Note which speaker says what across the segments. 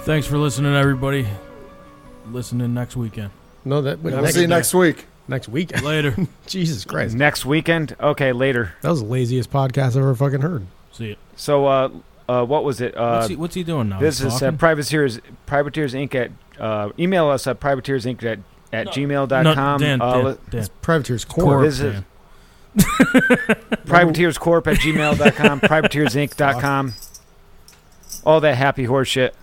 Speaker 1: Thanks for listening, everybody. Listen in next weekend.
Speaker 2: No, that
Speaker 3: We'll
Speaker 2: next,
Speaker 3: see you next week.
Speaker 2: next week.
Speaker 1: Later.
Speaker 2: Jesus Christ,
Speaker 4: Next weekend? Okay, later.
Speaker 2: that was the laziest podcast I've ever fucking heard.
Speaker 1: See it.
Speaker 4: So, uh, uh, what was it? Uh,
Speaker 1: What's he, what's he doing now?
Speaker 4: this
Speaker 1: He's
Speaker 4: is uh,
Speaker 1: talking?
Speaker 4: privateers, privateers Inc. at uh, email us at privateersinc at, at
Speaker 1: No.
Speaker 4: gmail.com.
Speaker 1: No, Dan,
Speaker 4: uh,
Speaker 1: Dan,
Speaker 4: let-
Speaker 1: Dan.
Speaker 2: Privateer's
Speaker 4: Corp.
Speaker 2: core.
Speaker 4: This is- privateerscorp at gmail.com, privateersinc.com. All that happy horse shit.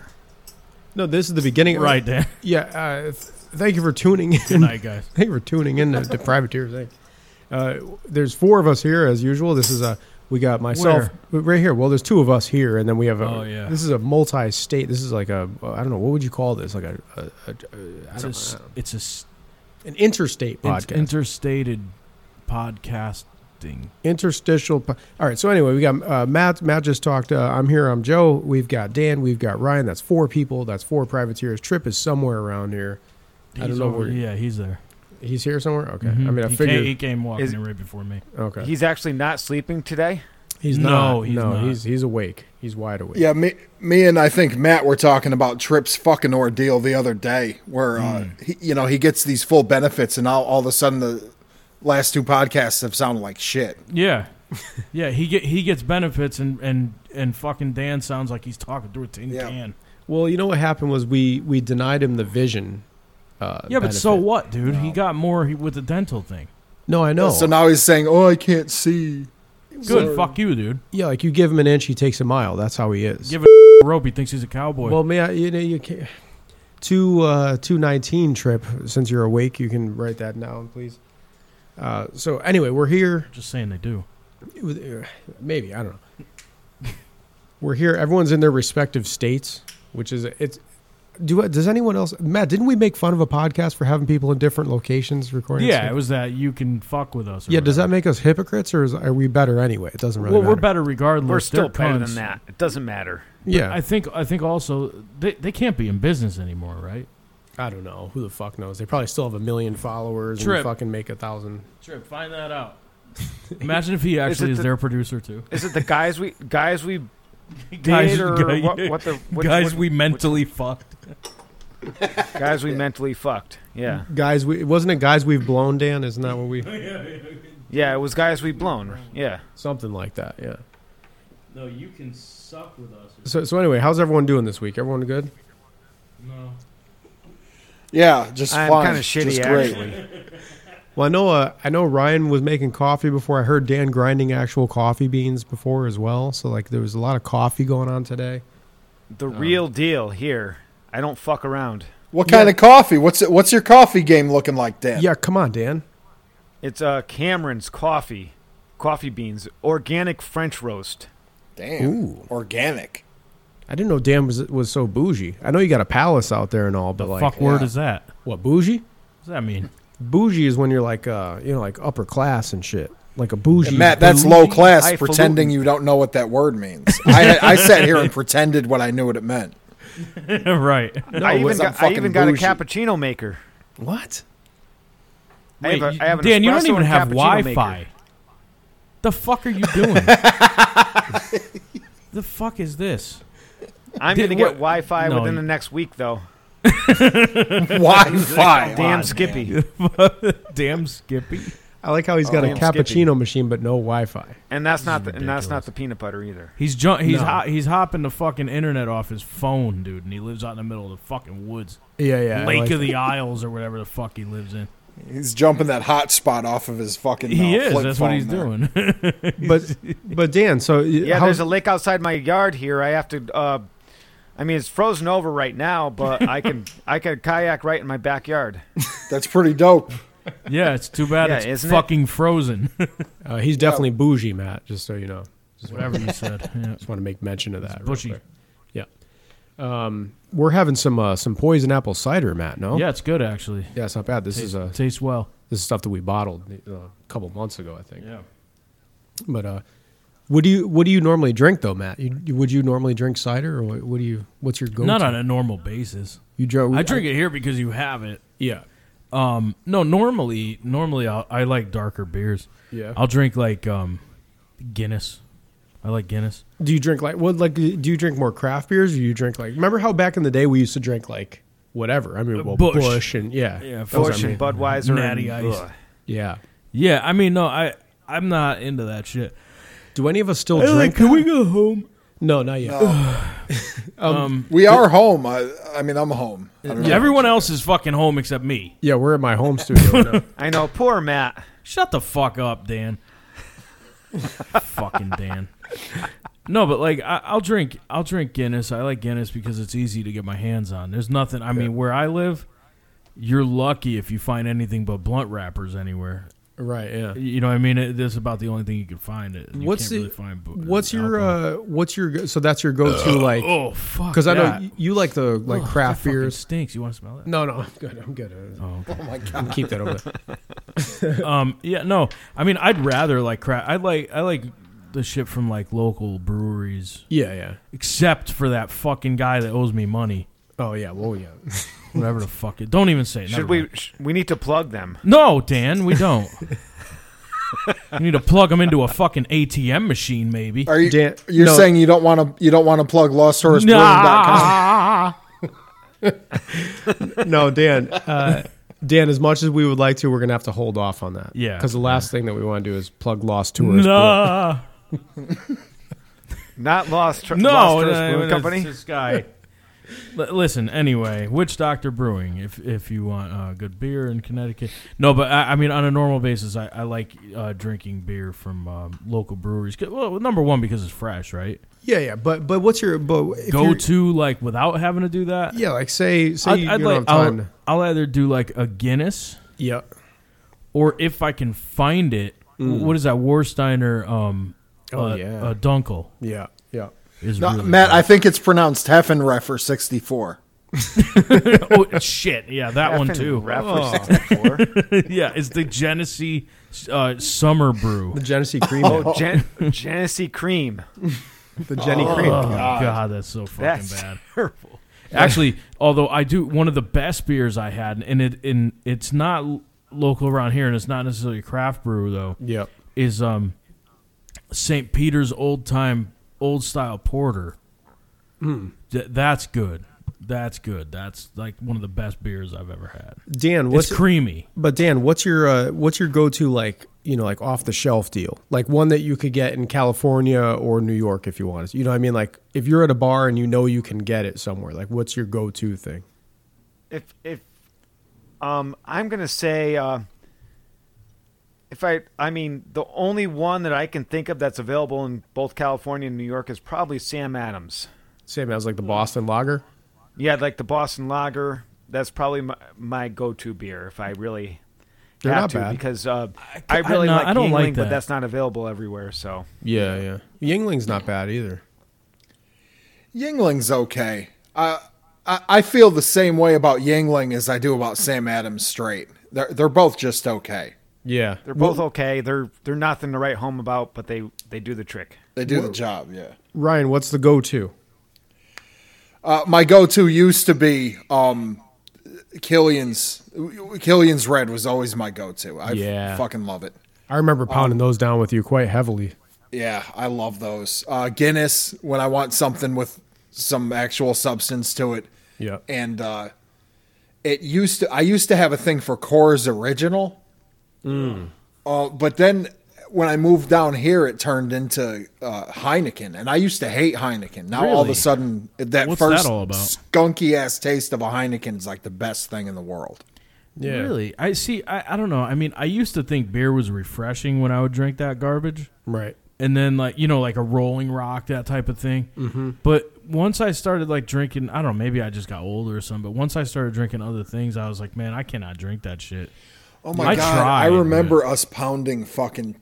Speaker 2: No, this is the beginning.
Speaker 1: Right, Dan.
Speaker 2: Yeah. Uh, th- thank you for tuning in.
Speaker 1: Good night, guys.
Speaker 2: Thank you for tuning in to, to Privateer Inc. Uh, there's four of us here as usual. This is a we got myself right here. Well, there's two of us here, and then we have a.
Speaker 1: Oh, yeah.
Speaker 2: This is a multi-state. This is like a I don't know what would you call this like a, a, a, a I
Speaker 1: It's a,
Speaker 2: don't
Speaker 1: s-
Speaker 2: know,
Speaker 1: it's a s-
Speaker 2: an interstate
Speaker 1: in-
Speaker 2: podcast.
Speaker 1: interstated podcasting.
Speaker 2: interstitial. po- All right. So anyway, we got uh, Matt. Matt just talked. Uh, I'm here. I'm Joe. We've got Dan. We've got Ryan. That's four people. That's four privateers. Trip is somewhere around here. I don't
Speaker 1: He's
Speaker 2: know
Speaker 1: over-
Speaker 2: where-
Speaker 1: Yeah, he's there.
Speaker 2: He's here somewhere. Okay.
Speaker 1: Mhm.
Speaker 2: I mean, I
Speaker 1: he
Speaker 2: figured.
Speaker 1: came, he came walking
Speaker 4: Is-
Speaker 1: in right before me.
Speaker 2: okay.
Speaker 4: He's actually not sleeping today.
Speaker 2: He's
Speaker 1: No,
Speaker 2: not.
Speaker 1: he's
Speaker 2: no,
Speaker 1: not.
Speaker 2: he's he's awake. He's wide awake.
Speaker 3: Yeah, me, me and I think Matt were talking about Trip's fucking ordeal the other day, where uh,
Speaker 4: Hmm.
Speaker 3: he, you know he gets these full benefits, and all, all of a sudden the last two podcasts have sounded like shit.
Speaker 1: Yeah, yeah. He get he gets benefits, and and and fucking Dan sounds like he's talking through a tin
Speaker 3: Yeah.
Speaker 1: can.
Speaker 2: Well, you know what happened was we we denied him the vision. Uh,
Speaker 1: Yeah, but so
Speaker 2: benefit.
Speaker 1: what, dude? He
Speaker 3: No.
Speaker 1: got more he- with the dental thing.
Speaker 2: No, I know.
Speaker 3: So now he's saying, "Oh, I can't see."
Speaker 1: Good,
Speaker 3: Sorry.
Speaker 1: fuck you, dude.
Speaker 2: yeah, like you give him an inch, he takes a mile. That's how he is.
Speaker 1: Give Rope, he thinks he's a cowboy.
Speaker 2: well, may I, you know you can two uh, two nineteen trip. Since you're awake, you can write that down, please. Uh, so anyway, we're here.
Speaker 1: just saying they do.
Speaker 2: It was- uh, Maybe I don't know. we're here. Everyone's in their respective states, which is it's. Do I- does anyone else? Matt, didn't we make fun of a podcast for having people in different locations recording?
Speaker 1: Yeah,
Speaker 2: stuff?
Speaker 1: it was that you can fuck with us. or
Speaker 2: Yeah, does that
Speaker 1: whatever.
Speaker 2: make us hypocrites, or is, are we better anyway? It doesn't really
Speaker 1: well, we're
Speaker 2: matter.
Speaker 1: better regardless.
Speaker 4: We're still
Speaker 1: They're
Speaker 4: better
Speaker 1: cunts.
Speaker 4: than that. It doesn't matter.
Speaker 2: yeah,
Speaker 1: I think I think also they, they can't be in business anymore, right?
Speaker 2: I, don't know who the fuck knows. They probably still have a million followers
Speaker 1: Trip.
Speaker 2: and fucking make a thousand.
Speaker 1: Trip, find that out. Imagine if he actually
Speaker 4: it
Speaker 1: is
Speaker 4: the-
Speaker 1: their producer too.
Speaker 4: Is it the guys we guys we did
Speaker 1: Guys-
Speaker 4: or
Speaker 1: guy-
Speaker 4: what, what the what,
Speaker 1: Guys,
Speaker 4: what-
Speaker 1: we mentally fucked.
Speaker 4: guys we mentally fucked? Yeah,
Speaker 2: Guys, we, wasn't it guys we've blown, Dan? Isn't that what we?
Speaker 4: yeah. It was guys we blown. Yeah.
Speaker 2: Something like that. Yeah.
Speaker 1: No, you can suck with us.
Speaker 2: So so anyway, how's everyone doing this week? Everyone good?
Speaker 1: No.
Speaker 3: Yeah, just
Speaker 4: I'm
Speaker 3: fine.
Speaker 4: kind of shitty
Speaker 3: Just great.
Speaker 4: actually.
Speaker 2: Well, I know uh, I know Ryan was making coffee before. I heard Dan grinding actual coffee beans before as well. So like there was a lot of coffee going on today.
Speaker 4: The real deal here. I don't fuck around.
Speaker 3: What kind of coffee? What's it, what's your coffee game looking like, Dan?
Speaker 2: Yeah, come on, Dan.
Speaker 4: It's uh Cameron's coffee, coffee beans, organic French roast.
Speaker 3: damn,
Speaker 2: Ooh.
Speaker 3: organic.
Speaker 2: I didn't know Dan was was so bougie. I know you got a palace out there and all, but like
Speaker 1: Fuck word
Speaker 3: yeah.
Speaker 1: is that? What
Speaker 2: what bougie?
Speaker 1: does that mean?
Speaker 2: Bougie is when you're like uh you know like upper class and shit. Like a bougie.
Speaker 3: And Matt, that's low class.
Speaker 4: highfalutin.
Speaker 3: Pretending you don't know what that word means. I, I sat here and pretended what I knew what it meant.
Speaker 1: right.
Speaker 4: I even
Speaker 3: was- I'm
Speaker 4: got, I
Speaker 3: fucking
Speaker 4: even got a
Speaker 3: bougie.
Speaker 4: cappuccino maker.
Speaker 2: what?
Speaker 4: I have
Speaker 1: Wait,
Speaker 4: a- I have an
Speaker 1: Dan, you
Speaker 4: espresso
Speaker 1: don't even
Speaker 4: and
Speaker 1: have
Speaker 4: cappuccino
Speaker 1: Wi
Speaker 4: maker.
Speaker 1: Fi. The fuck are you doing? the fuck is this?
Speaker 4: I'm
Speaker 1: Did-
Speaker 4: gonna get
Speaker 1: what-
Speaker 4: Wi-Fi
Speaker 1: No,
Speaker 4: within
Speaker 1: you-
Speaker 4: the next week though.
Speaker 3: Wi-Fi.
Speaker 4: Damn Skippy.
Speaker 1: Damn Skippy.
Speaker 2: I like how he's got a
Speaker 4: I'm skipping.
Speaker 2: cappuccino machine but no Wi-Fi.
Speaker 4: And that's not the, and that's not the peanut butter either.
Speaker 1: He's jump. He's
Speaker 2: No.
Speaker 1: hop- he's hopping the fucking internet off his phone, dude, and he lives out in the middle of the fucking woods,
Speaker 2: Yeah, yeah. I
Speaker 1: Lake
Speaker 2: like
Speaker 1: of the Isles or whatever the fuck he lives in.
Speaker 3: He's jumping that hot spot off of his fucking. uh,
Speaker 1: he is.
Speaker 3: flip
Speaker 1: That's what
Speaker 3: phone
Speaker 1: he's
Speaker 3: there.
Speaker 1: doing.
Speaker 2: it. but but Dan, so
Speaker 4: Yeah,
Speaker 2: yeah,
Speaker 4: there's a lake outside my yard here. I have to. Uh, I mean, it's frozen over right now, but I can I could kayak right in my backyard.
Speaker 3: That's pretty dope.
Speaker 1: yeah, it's too bad
Speaker 4: Yeah,
Speaker 1: it's
Speaker 4: isn't it?
Speaker 1: fucking frozen.
Speaker 2: uh, he's definitely bougie, Matt. Just so you know, just
Speaker 1: whatever you said. Yeah.
Speaker 2: Just want to make mention of that. real
Speaker 1: Bushy.
Speaker 2: quick. Um, We're having some uh, some poison apple cider, Matt. No,
Speaker 1: Yeah, it's good actually.
Speaker 2: yeah, it's not bad. This is uh,
Speaker 1: Tastes well.
Speaker 2: this is stuff that we bottled uh, a couple months ago, I think.
Speaker 1: Yeah.
Speaker 2: But uh, what do you what do you normally drink though, Matt? You, you- would you normally drink cider, or what, what do you? What's your go?
Speaker 1: Not on a normal basis.
Speaker 2: You drink.
Speaker 1: I drink it here because you have it.
Speaker 2: yeah.
Speaker 1: Um, no, normally, normally I'll, I like darker beers.
Speaker 2: Yeah.
Speaker 1: I'll drink like um, Guinness. I like Guinness.
Speaker 2: Do you drink like what? Like, do you drink more craft beers? Or do you drink like? Remember how back in the day we used to drink like whatever? I mean, well,
Speaker 1: Busch.
Speaker 2: Bush, and yeah,
Speaker 1: Yeah,
Speaker 2: Those
Speaker 1: Busch
Speaker 4: Bush
Speaker 2: are
Speaker 4: and
Speaker 2: me.
Speaker 4: Budweiser,
Speaker 1: Natty
Speaker 4: and,
Speaker 1: Ice.
Speaker 4: ugh.
Speaker 2: yeah.
Speaker 1: Yeah, I mean, no, I I'm not into that shit.
Speaker 2: Do any of us still
Speaker 1: Ellie,
Speaker 2: drink?
Speaker 1: can we go home?
Speaker 2: No, not yet.
Speaker 3: We are home. I, I mean, I'm home. I don't know.
Speaker 1: Everyone else is fucking home except me.
Speaker 2: Yeah, we're at my home studio. now.
Speaker 4: I know, poor Matt.
Speaker 1: Shut the fuck up, Dan. fucking Dan. No, but like I, I'll drink I'll drink Guinness. I like Guinness because it's easy to get my hands on. There's nothing. I mean, where I live, you're lucky if you find anything but blunt wrappers anywhere.
Speaker 2: Right. Yeah.
Speaker 1: You know what I mean? It, this is about the only thing you can find. It. You
Speaker 2: What's
Speaker 1: can't
Speaker 2: the-
Speaker 1: really find bo-
Speaker 2: What's your
Speaker 1: alcohol.
Speaker 2: uh What's your go- so that's your go to like?
Speaker 1: Oh fuck!
Speaker 2: Because I know
Speaker 1: that.
Speaker 2: you, you like the like
Speaker 1: Ugh,
Speaker 2: craft
Speaker 1: that fucking
Speaker 2: beers.
Speaker 1: stinks. You want to smell that?
Speaker 2: No, no, I'm good. I'm good.
Speaker 1: Oh, okay.
Speaker 3: Oh my
Speaker 2: i
Speaker 3: god.
Speaker 2: will keep that over. there.
Speaker 1: Um, yeah, no. I mean, I'd rather like crap. I like I like the shit from like local breweries,
Speaker 2: Yeah, yeah.
Speaker 1: except for that fucking guy that owes me money.
Speaker 2: Oh yeah. Well, yeah.
Speaker 1: Whatever the fuck it. Don't even say. it. Never
Speaker 4: Should we?
Speaker 1: mind.
Speaker 4: Sh- we need to plug them.
Speaker 1: No, Dan, we don't. we need to plug him into a fucking ATM machine, maybe.
Speaker 3: Are you?
Speaker 2: Dan-
Speaker 3: you're
Speaker 2: no.
Speaker 3: saying you don't want to? You don't want to plug LostHorseBrewing.com?
Speaker 1: Nah.
Speaker 2: No, Dan. Uh, Dan, as much as we would like to, we're gonna have to hold off on that.
Speaker 1: Yeah.
Speaker 2: Because the last thing that we want to do is plug Lost Tours.
Speaker 1: Nah.
Speaker 4: Not Lost. Tr-
Speaker 1: No,
Speaker 4: Lost Trust
Speaker 1: no,
Speaker 4: Brewing
Speaker 1: no,
Speaker 4: Company.
Speaker 1: it's This guy. L- listen, anyway, Witch Doctor Brewing, if if you want uh, good beer in Connecticut. No, but I, I mean, on a normal basis, I, I like uh, drinking beer from um, local breweries. 'Cause- Well, number one because it's fresh, right?
Speaker 2: Yeah, yeah. But but what's your but if
Speaker 1: Go
Speaker 2: you're-
Speaker 1: to like without having to do that.
Speaker 2: Yeah, like say say
Speaker 1: I'd,
Speaker 2: you
Speaker 1: I'd
Speaker 2: don't have
Speaker 1: like
Speaker 2: time.
Speaker 1: I'll,
Speaker 2: to-
Speaker 1: I'll either do like a Guinness
Speaker 2: yeah.
Speaker 1: or if I can find it. w- What is that Warsteiner? Um,
Speaker 2: Mm. Oh,
Speaker 1: uh,
Speaker 2: yeah.
Speaker 1: uh, Dunkel
Speaker 2: Yeah. Yeah.
Speaker 1: is
Speaker 3: No,
Speaker 1: really
Speaker 3: Matt, I think it's pronounced Heffenrefer 64.
Speaker 1: good. oh shit, yeah, that one Oh.
Speaker 4: Effing
Speaker 1: too.
Speaker 4: Rap for 64.
Speaker 1: yeah, it's the Genesee uh, Summer Brew.
Speaker 2: The Genesee Cream.
Speaker 4: Oh, Gen- Genesee Cream.
Speaker 2: the Jenny Cream.
Speaker 1: Oh god, that's so fucking
Speaker 4: That's
Speaker 1: bad. Actually, although I do one of the best beers I had, and it and it's not l- local around here, and it's not necessarily a craft brew though,
Speaker 2: Yep.
Speaker 1: is um St. Peter's old time old style porter.
Speaker 2: Hmm.
Speaker 1: Th- that's good. That's good. That's like one of the best beers I've ever had.
Speaker 2: Dan, what's
Speaker 1: it's creamy.
Speaker 2: But Dan, what's your uh, what's your go to like you know like off the shelf deal like one that you could get in California or New York if you wanted. to. You know what I mean? Like if you're at a bar and you know you can get it somewhere, like what's your go to thing?
Speaker 4: If if um, I'm gonna say uh, if I I mean the only one that I can think of that's available in both California and New York is probably Sam Adams.
Speaker 2: Same as like the Boston Lager.
Speaker 4: Yeah, like the Boston Lager. That's probably my, my go-to beer if I really
Speaker 2: They're
Speaker 4: have
Speaker 2: not
Speaker 4: to
Speaker 2: bad.
Speaker 4: because uh,
Speaker 1: I
Speaker 4: I, really
Speaker 1: not-
Speaker 4: like
Speaker 1: I don't
Speaker 4: Yingling,
Speaker 1: like that.
Speaker 4: but that's not available everywhere. So
Speaker 2: Yeah, yeah. Yingling's not bad either.
Speaker 3: Yingling's okay. I, I I feel the same way about Yingling as I do about Sam Adams Straight. They're they're both just okay.
Speaker 2: Yeah,
Speaker 4: they're both okay. They're they're nothing to write home about, but they they do the trick.
Speaker 3: They do the job. Yeah.
Speaker 2: Ryan, what's the go to?
Speaker 3: Uh, my go-to used to be um, Killian's. Killian's Red was always my go-to. I
Speaker 2: Yeah.
Speaker 3: fucking love it.
Speaker 2: I remember pounding those down with you quite heavily.
Speaker 3: Yeah, I love those. Uh, Guinness when I want something with some actual substance to it.
Speaker 2: Yeah.
Speaker 3: And uh, it used to. I used to have a thing for Coors Original.
Speaker 1: Mm.
Speaker 3: Uh, but then when I moved down here, it turned into uh, Heineken, and I used to hate Heineken. Now all of
Speaker 1: Really?
Speaker 3: a sudden, that
Speaker 1: What's
Speaker 3: first
Speaker 1: that all about?
Speaker 3: skunky ass taste of a Heineken is like the best thing in the world.
Speaker 2: Yeah.
Speaker 1: Really? I see. I, I don't know. I mean, I used to think beer was refreshing when I would drink that garbage.
Speaker 2: Right.
Speaker 1: And then, like, you know, like a rolling rock, that type of thing. Mm-hmm. But once I started, like, drinking, I don't know, maybe I just got older or something, but once I started drinking other things, I was like, man, I cannot drink that shit.
Speaker 3: Oh my
Speaker 1: I
Speaker 3: god! I
Speaker 1: tried,
Speaker 3: remember us pounding fucking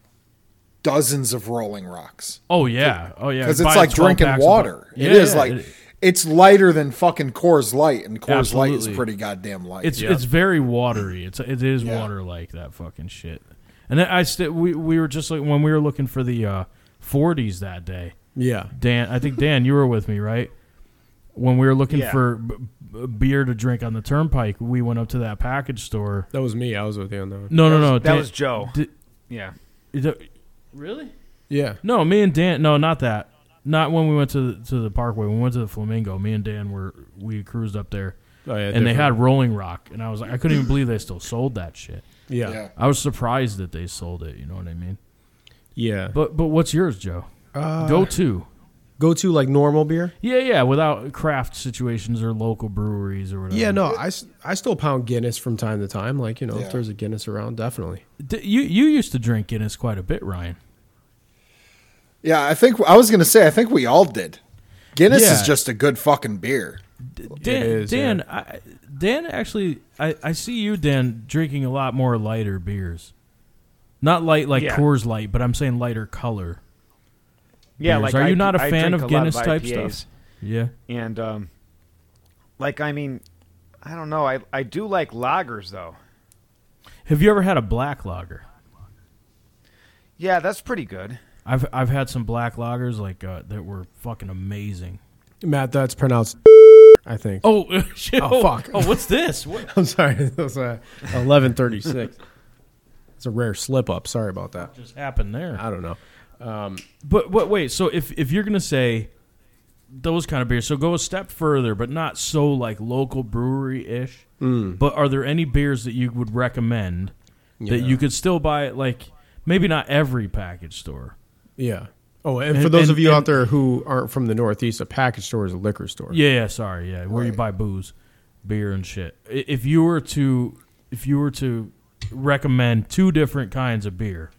Speaker 3: dozens of Rolling Rocks.
Speaker 1: Oh, yeah. Oh, yeah.
Speaker 3: because
Speaker 1: Buy
Speaker 3: it's like
Speaker 1: 12
Speaker 3: drinking
Speaker 1: packs of-
Speaker 3: water. it
Speaker 1: Yeah,
Speaker 3: is
Speaker 1: yeah.
Speaker 3: like
Speaker 1: It-
Speaker 3: it's lighter than fucking Coors Light, and Coors Light is
Speaker 1: Absolutely.
Speaker 3: pretty goddamn light.
Speaker 1: It's
Speaker 2: Yeah.
Speaker 1: it's very watery. It's it is
Speaker 3: Yeah.
Speaker 1: water like that fucking shit. And then I st- we we were just like when we were looking for the uh, 40s that day.
Speaker 2: Yeah.
Speaker 1: Dan, I think Dan, you were with me, right? When we were looking
Speaker 4: Yeah.
Speaker 1: for b- b- beer to drink on the turnpike, we went up to that package store.
Speaker 2: That was me. I was with you on that one.
Speaker 1: No, no, no.
Speaker 4: That
Speaker 1: Dan-
Speaker 4: was Joe.
Speaker 1: Di-
Speaker 4: yeah.
Speaker 1: is that- really?
Speaker 2: Yeah.
Speaker 1: No, me and Dan. No, not that. Not when we went to the, to the Parkway. When we went to the Flamingo. Me and Dan were we cruised up there,
Speaker 2: Oh, yeah
Speaker 1: and they
Speaker 2: different.
Speaker 1: had Rolling Rock, and I was like, I couldn't even believe they still sold that shit.
Speaker 2: yeah.
Speaker 3: Yeah.
Speaker 1: I was surprised that they sold it. You know what I mean?
Speaker 2: Yeah.
Speaker 1: But but what's yours, Joe?
Speaker 2: Uh,
Speaker 1: Go to.
Speaker 2: go to like normal beer.
Speaker 1: Yeah, yeah, without craft situations or local breweries or whatever.
Speaker 2: Yeah, no, I, s- I still pound Guinness from time to time. Like you know,
Speaker 3: Yeah.
Speaker 2: if there's a Guinness around, definitely.
Speaker 1: D- you you used to drink Guinness quite a bit, Ryan.
Speaker 3: Yeah, I think I was gonna say I think we all did. Guinness is
Speaker 1: Yeah.
Speaker 3: just a good fucking beer.
Speaker 1: Dan,
Speaker 2: is,
Speaker 1: Dan, I, Dan actually, I, I see you, Dan, drinking a lot more lighter beers. Not light like
Speaker 4: Yeah.
Speaker 1: Coors Light, but I'm saying lighter color.
Speaker 4: Yeah,
Speaker 1: beers.
Speaker 4: like
Speaker 1: Are you
Speaker 4: I-
Speaker 1: not a
Speaker 4: I
Speaker 1: fan
Speaker 4: drink
Speaker 1: of
Speaker 4: a lot
Speaker 1: Guinness type
Speaker 4: IPAs,
Speaker 1: stuff? Yeah.
Speaker 4: And um, like I mean, I don't know. I I do like lagers though.
Speaker 1: Have you ever had a black lager?
Speaker 4: Yeah, that's pretty good.
Speaker 1: I've I've had some black lagers like uh, that were fucking amazing.
Speaker 2: Matt, that's pronounced. I think.
Speaker 1: Oh shit!
Speaker 2: Oh, fuck.
Speaker 1: Oh, what's this? What?
Speaker 2: I'm sorry. That was eleven thirty six. It's a rare slip up. Sorry about that.
Speaker 1: just happened there?
Speaker 2: I don't know.
Speaker 1: But what? Wait. So if if you're gonna say those kind of beers, so go a step further, but not so like local brewery ish. But are there any beers that you would recommend that
Speaker 2: Yeah.
Speaker 1: you could still buy at like maybe not every package store?
Speaker 2: Yeah. Oh, and, for
Speaker 1: And-
Speaker 2: those
Speaker 1: and-
Speaker 2: of you
Speaker 1: and-
Speaker 2: out there who aren't from the Northeast, a package store is a liquor store.
Speaker 1: Yeah. yeah sorry. Yeah. Where you
Speaker 3: Right.
Speaker 1: buy booze, beer, and shit. I- If you were to if you were to recommend two different kinds of beer,